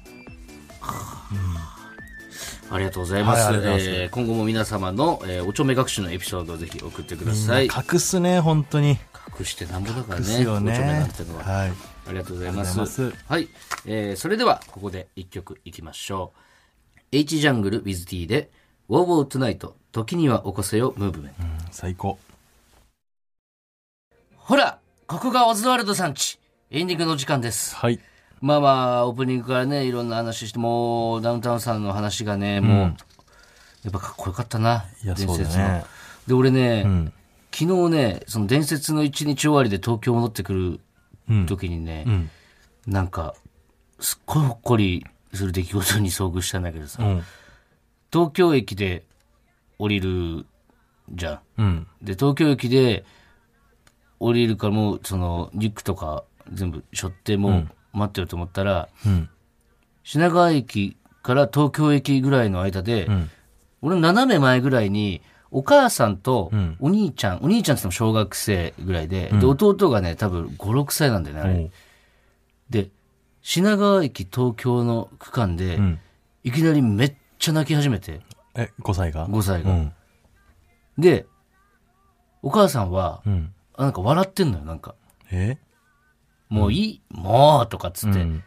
Speaker 1: ありがとうございま
Speaker 2: はいあ
Speaker 1: す。
Speaker 2: りがとうございます
Speaker 1: えー今後も皆様の、えーおちょめ学習のエピソードをぜひ送ってくだ
Speaker 2: みん
Speaker 1: さ。
Speaker 2: ない隠すね本当に
Speaker 1: 隠してなんぼだから
Speaker 2: 隠
Speaker 1: ね。
Speaker 2: すよね
Speaker 1: おちょめなんてのは。
Speaker 2: はい
Speaker 1: ありがとうございま
Speaker 2: あり
Speaker 1: す。
Speaker 2: がとうございま
Speaker 1: はい、えーそれではここで一曲いきましょう。H ジャングル with T で Wow Wow Tonight 時には起こせよムーブメント。
Speaker 2: 最高
Speaker 1: ほら、ここがオズワルドさんち。エンディングの時間です。
Speaker 2: はい
Speaker 1: まあまあ、オープニングからね、いろんな話して、もう、ダウンタウンさんの話がね、もう、やっぱかっこよかったな。
Speaker 2: いや
Speaker 1: 伝
Speaker 2: そうだ
Speaker 1: 説の。
Speaker 2: ね
Speaker 1: で、俺ね、
Speaker 2: ん
Speaker 1: 昨日ね、その伝説の一日終わりで東京戻ってくる時にね、
Speaker 2: ん
Speaker 1: なんか、すっごいほっこりする出来事に遭遇したんだけどさ、
Speaker 2: うん
Speaker 1: 東京駅で降りるじゃん。
Speaker 2: うん
Speaker 1: で東京駅で降りるからもうそのリュックとか全部背負ってもう待ってようと思ったら、
Speaker 2: ん
Speaker 1: 品川駅から東京駅ぐらいの間で、俺の斜め前ぐらいにお母さんとお兄ちゃん、お兄ちゃんって言っても小学生ぐらいで,、で弟がね多分56歳なんだよねあれ、
Speaker 2: おう
Speaker 1: で品川駅東京の区間で、
Speaker 2: ん
Speaker 1: いきなりめっちゃ泣き始めて
Speaker 2: え5歳が
Speaker 1: 5歳
Speaker 2: う
Speaker 1: が、
Speaker 2: ん
Speaker 1: でお母さんは、
Speaker 2: うん
Speaker 1: あなんか笑ってんのよなんか
Speaker 2: え
Speaker 1: もういい、もうとかっつって、
Speaker 2: うん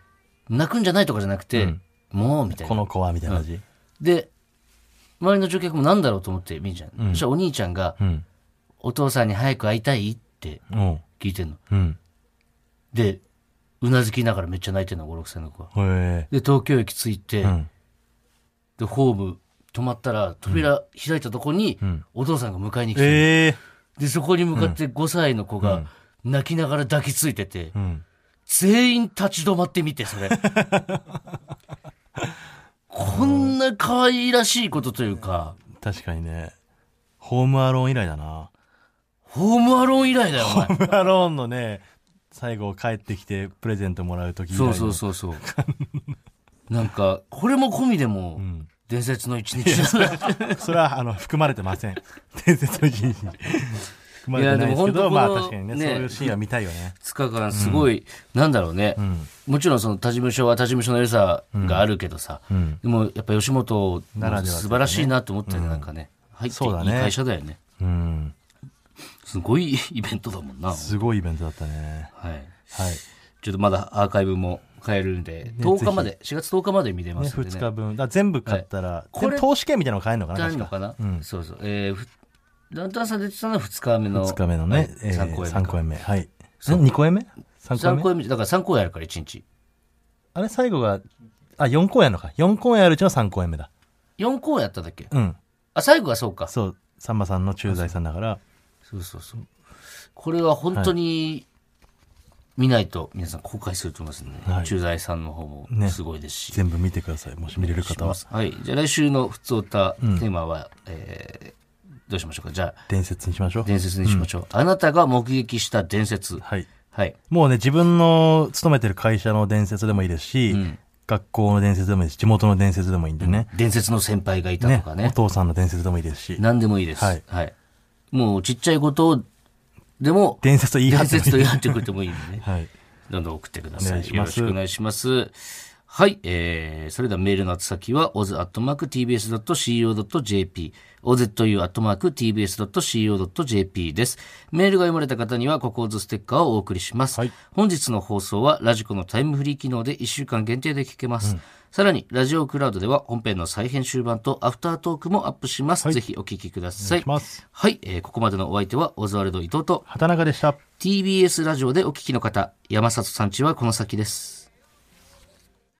Speaker 1: 泣くんじゃないとかじゃなくて、もうみたい
Speaker 2: こ
Speaker 1: な。
Speaker 2: の子はみたいな感じ
Speaker 1: で、周りの乗客もなんだろうと思って見るじゃん。そしたらお兄ちゃんが、
Speaker 2: うん
Speaker 1: お父さんに早く会いたいって
Speaker 2: うん
Speaker 1: 来聞いてんの。
Speaker 2: うん。
Speaker 1: で、うなずきながらめっちゃ泣いてんの、5、6歳の子は。
Speaker 2: へ
Speaker 1: で、東京駅着いて、
Speaker 2: え。うん。
Speaker 1: で、ホーム止まったら、扉開いたとこに、お父さんが迎えに来て、
Speaker 2: ええ。
Speaker 1: で、そこに向かって5歳の子が泣きながら抱きついてて、
Speaker 2: うん。
Speaker 1: 全員立ち止まってみて、そ *laughs* れ。こんな可愛らしいことというか、
Speaker 2: 確かにね。ホームアローン以来だな。
Speaker 1: ホームアローン以来だよ、お前
Speaker 2: ホ。ームアローンのね、最後帰ってきてプレゼントもらう時以
Speaker 1: *laughs*
Speaker 2: 来
Speaker 1: そ
Speaker 2: の
Speaker 1: うそうそうそう。 *laughs* なんか、これも込みでも、伝説の一日だ *laughs* な。
Speaker 2: *laughs* それは、あの、含まれて
Speaker 1: *laughs*
Speaker 2: ません。伝説の一日に。含まれてないです
Speaker 1: いやでも本
Speaker 2: け
Speaker 1: 当
Speaker 2: ど、まあ
Speaker 1: この
Speaker 2: 確かにね、
Speaker 1: ね
Speaker 2: そういうシーンは見たいよね。
Speaker 1: 2日間すごい、なんだろうね、もちろんその他事務所は他事務所の良さがあるけどさ、
Speaker 2: ん
Speaker 1: でもやっぱ吉本
Speaker 2: ならではだよね
Speaker 1: 素晴らしいなと思ったよね、なんかね入ってい
Speaker 2: そうだ
Speaker 1: い
Speaker 2: ね
Speaker 1: 会社だよね
Speaker 2: うん。
Speaker 1: すごいイベントだもんな、は
Speaker 2: すごいイベントだったね。
Speaker 1: い、
Speaker 2: はい。
Speaker 1: ちょっとまだアーカイブも買えるんで、10日まで4月10日まで見れま
Speaker 2: ね、
Speaker 1: すんでね
Speaker 2: 2日分。だから全部買ったら、
Speaker 1: これ
Speaker 2: 全部投資券みたいなの買えるのかな
Speaker 1: あるの
Speaker 2: 確か。
Speaker 1: かな、そうそうえーふランタンさん出てたのは2日目の
Speaker 2: 2日目のね、えー
Speaker 1: 3公演
Speaker 2: 三公演目。はい。2公演目 ?3 公演
Speaker 1: 3
Speaker 2: 目
Speaker 1: 公演目だから3公演あるから1日
Speaker 2: あれ最後が、あ、4公演あるのか。4公演あるうちの3公演目だ。
Speaker 1: 4公演やったんだっけ
Speaker 2: うん。
Speaker 1: あ最後はそうか
Speaker 2: そう、さんまさんの駐在さんだから、
Speaker 1: そうそうそう。これは本当に見ないと皆さん後悔すると思いますね。
Speaker 2: はい
Speaker 1: 駐在さんの方も
Speaker 2: ね
Speaker 1: すごいですし。
Speaker 2: 全部見てください。もし見れる方は。
Speaker 1: はい。じゃあ来週の普通歌テーマは、えーどうしましょうか。じゃあ
Speaker 2: 伝説にしましょう。
Speaker 1: 伝説にしましょう。あなたが目撃した伝説。
Speaker 2: はい。
Speaker 1: はい。
Speaker 2: もうね、自分の勤めてる会社の伝説でもいいですし、学校の伝説でもいいですし、地元の伝説でもいいんでね。
Speaker 1: 伝説の先輩がいた
Speaker 2: ね
Speaker 1: とかね。
Speaker 2: お父さんの伝説でもいいですし、
Speaker 1: 何でもいいです。は
Speaker 2: はいい。
Speaker 1: もうちっちゃいことをでも、
Speaker 2: 伝説と言い張
Speaker 1: 伝
Speaker 2: って
Speaker 1: 説と
Speaker 2: もい
Speaker 1: 言い
Speaker 2: い。
Speaker 1: 張ってくれてもいいんでね。
Speaker 2: はい。
Speaker 1: どんどん送ってくださ
Speaker 2: お願
Speaker 1: い。
Speaker 2: いし
Speaker 1: よろ
Speaker 2: ます
Speaker 1: しくお願いします。はい、えー、それではメールの宛先は、oz.tbs.co.jp、ozu.tbs.co.jp です。メールが読まれた方には、ココーズステッカーをお送りします。
Speaker 2: はい
Speaker 1: 本日の放送は、ラジコのタイムフリー機能で1週間限定で聞けます。さらに、ラジオクラウドでは、本編の再編集版とアフタートークもアップします。ぜひお聞きください。
Speaker 2: お願いします
Speaker 1: はい、えーここまでのお相手は、オズワルド伊藤と、
Speaker 2: 畑中でした。
Speaker 1: TBS ラジオでお聞きの方、山里さんちはこの先です。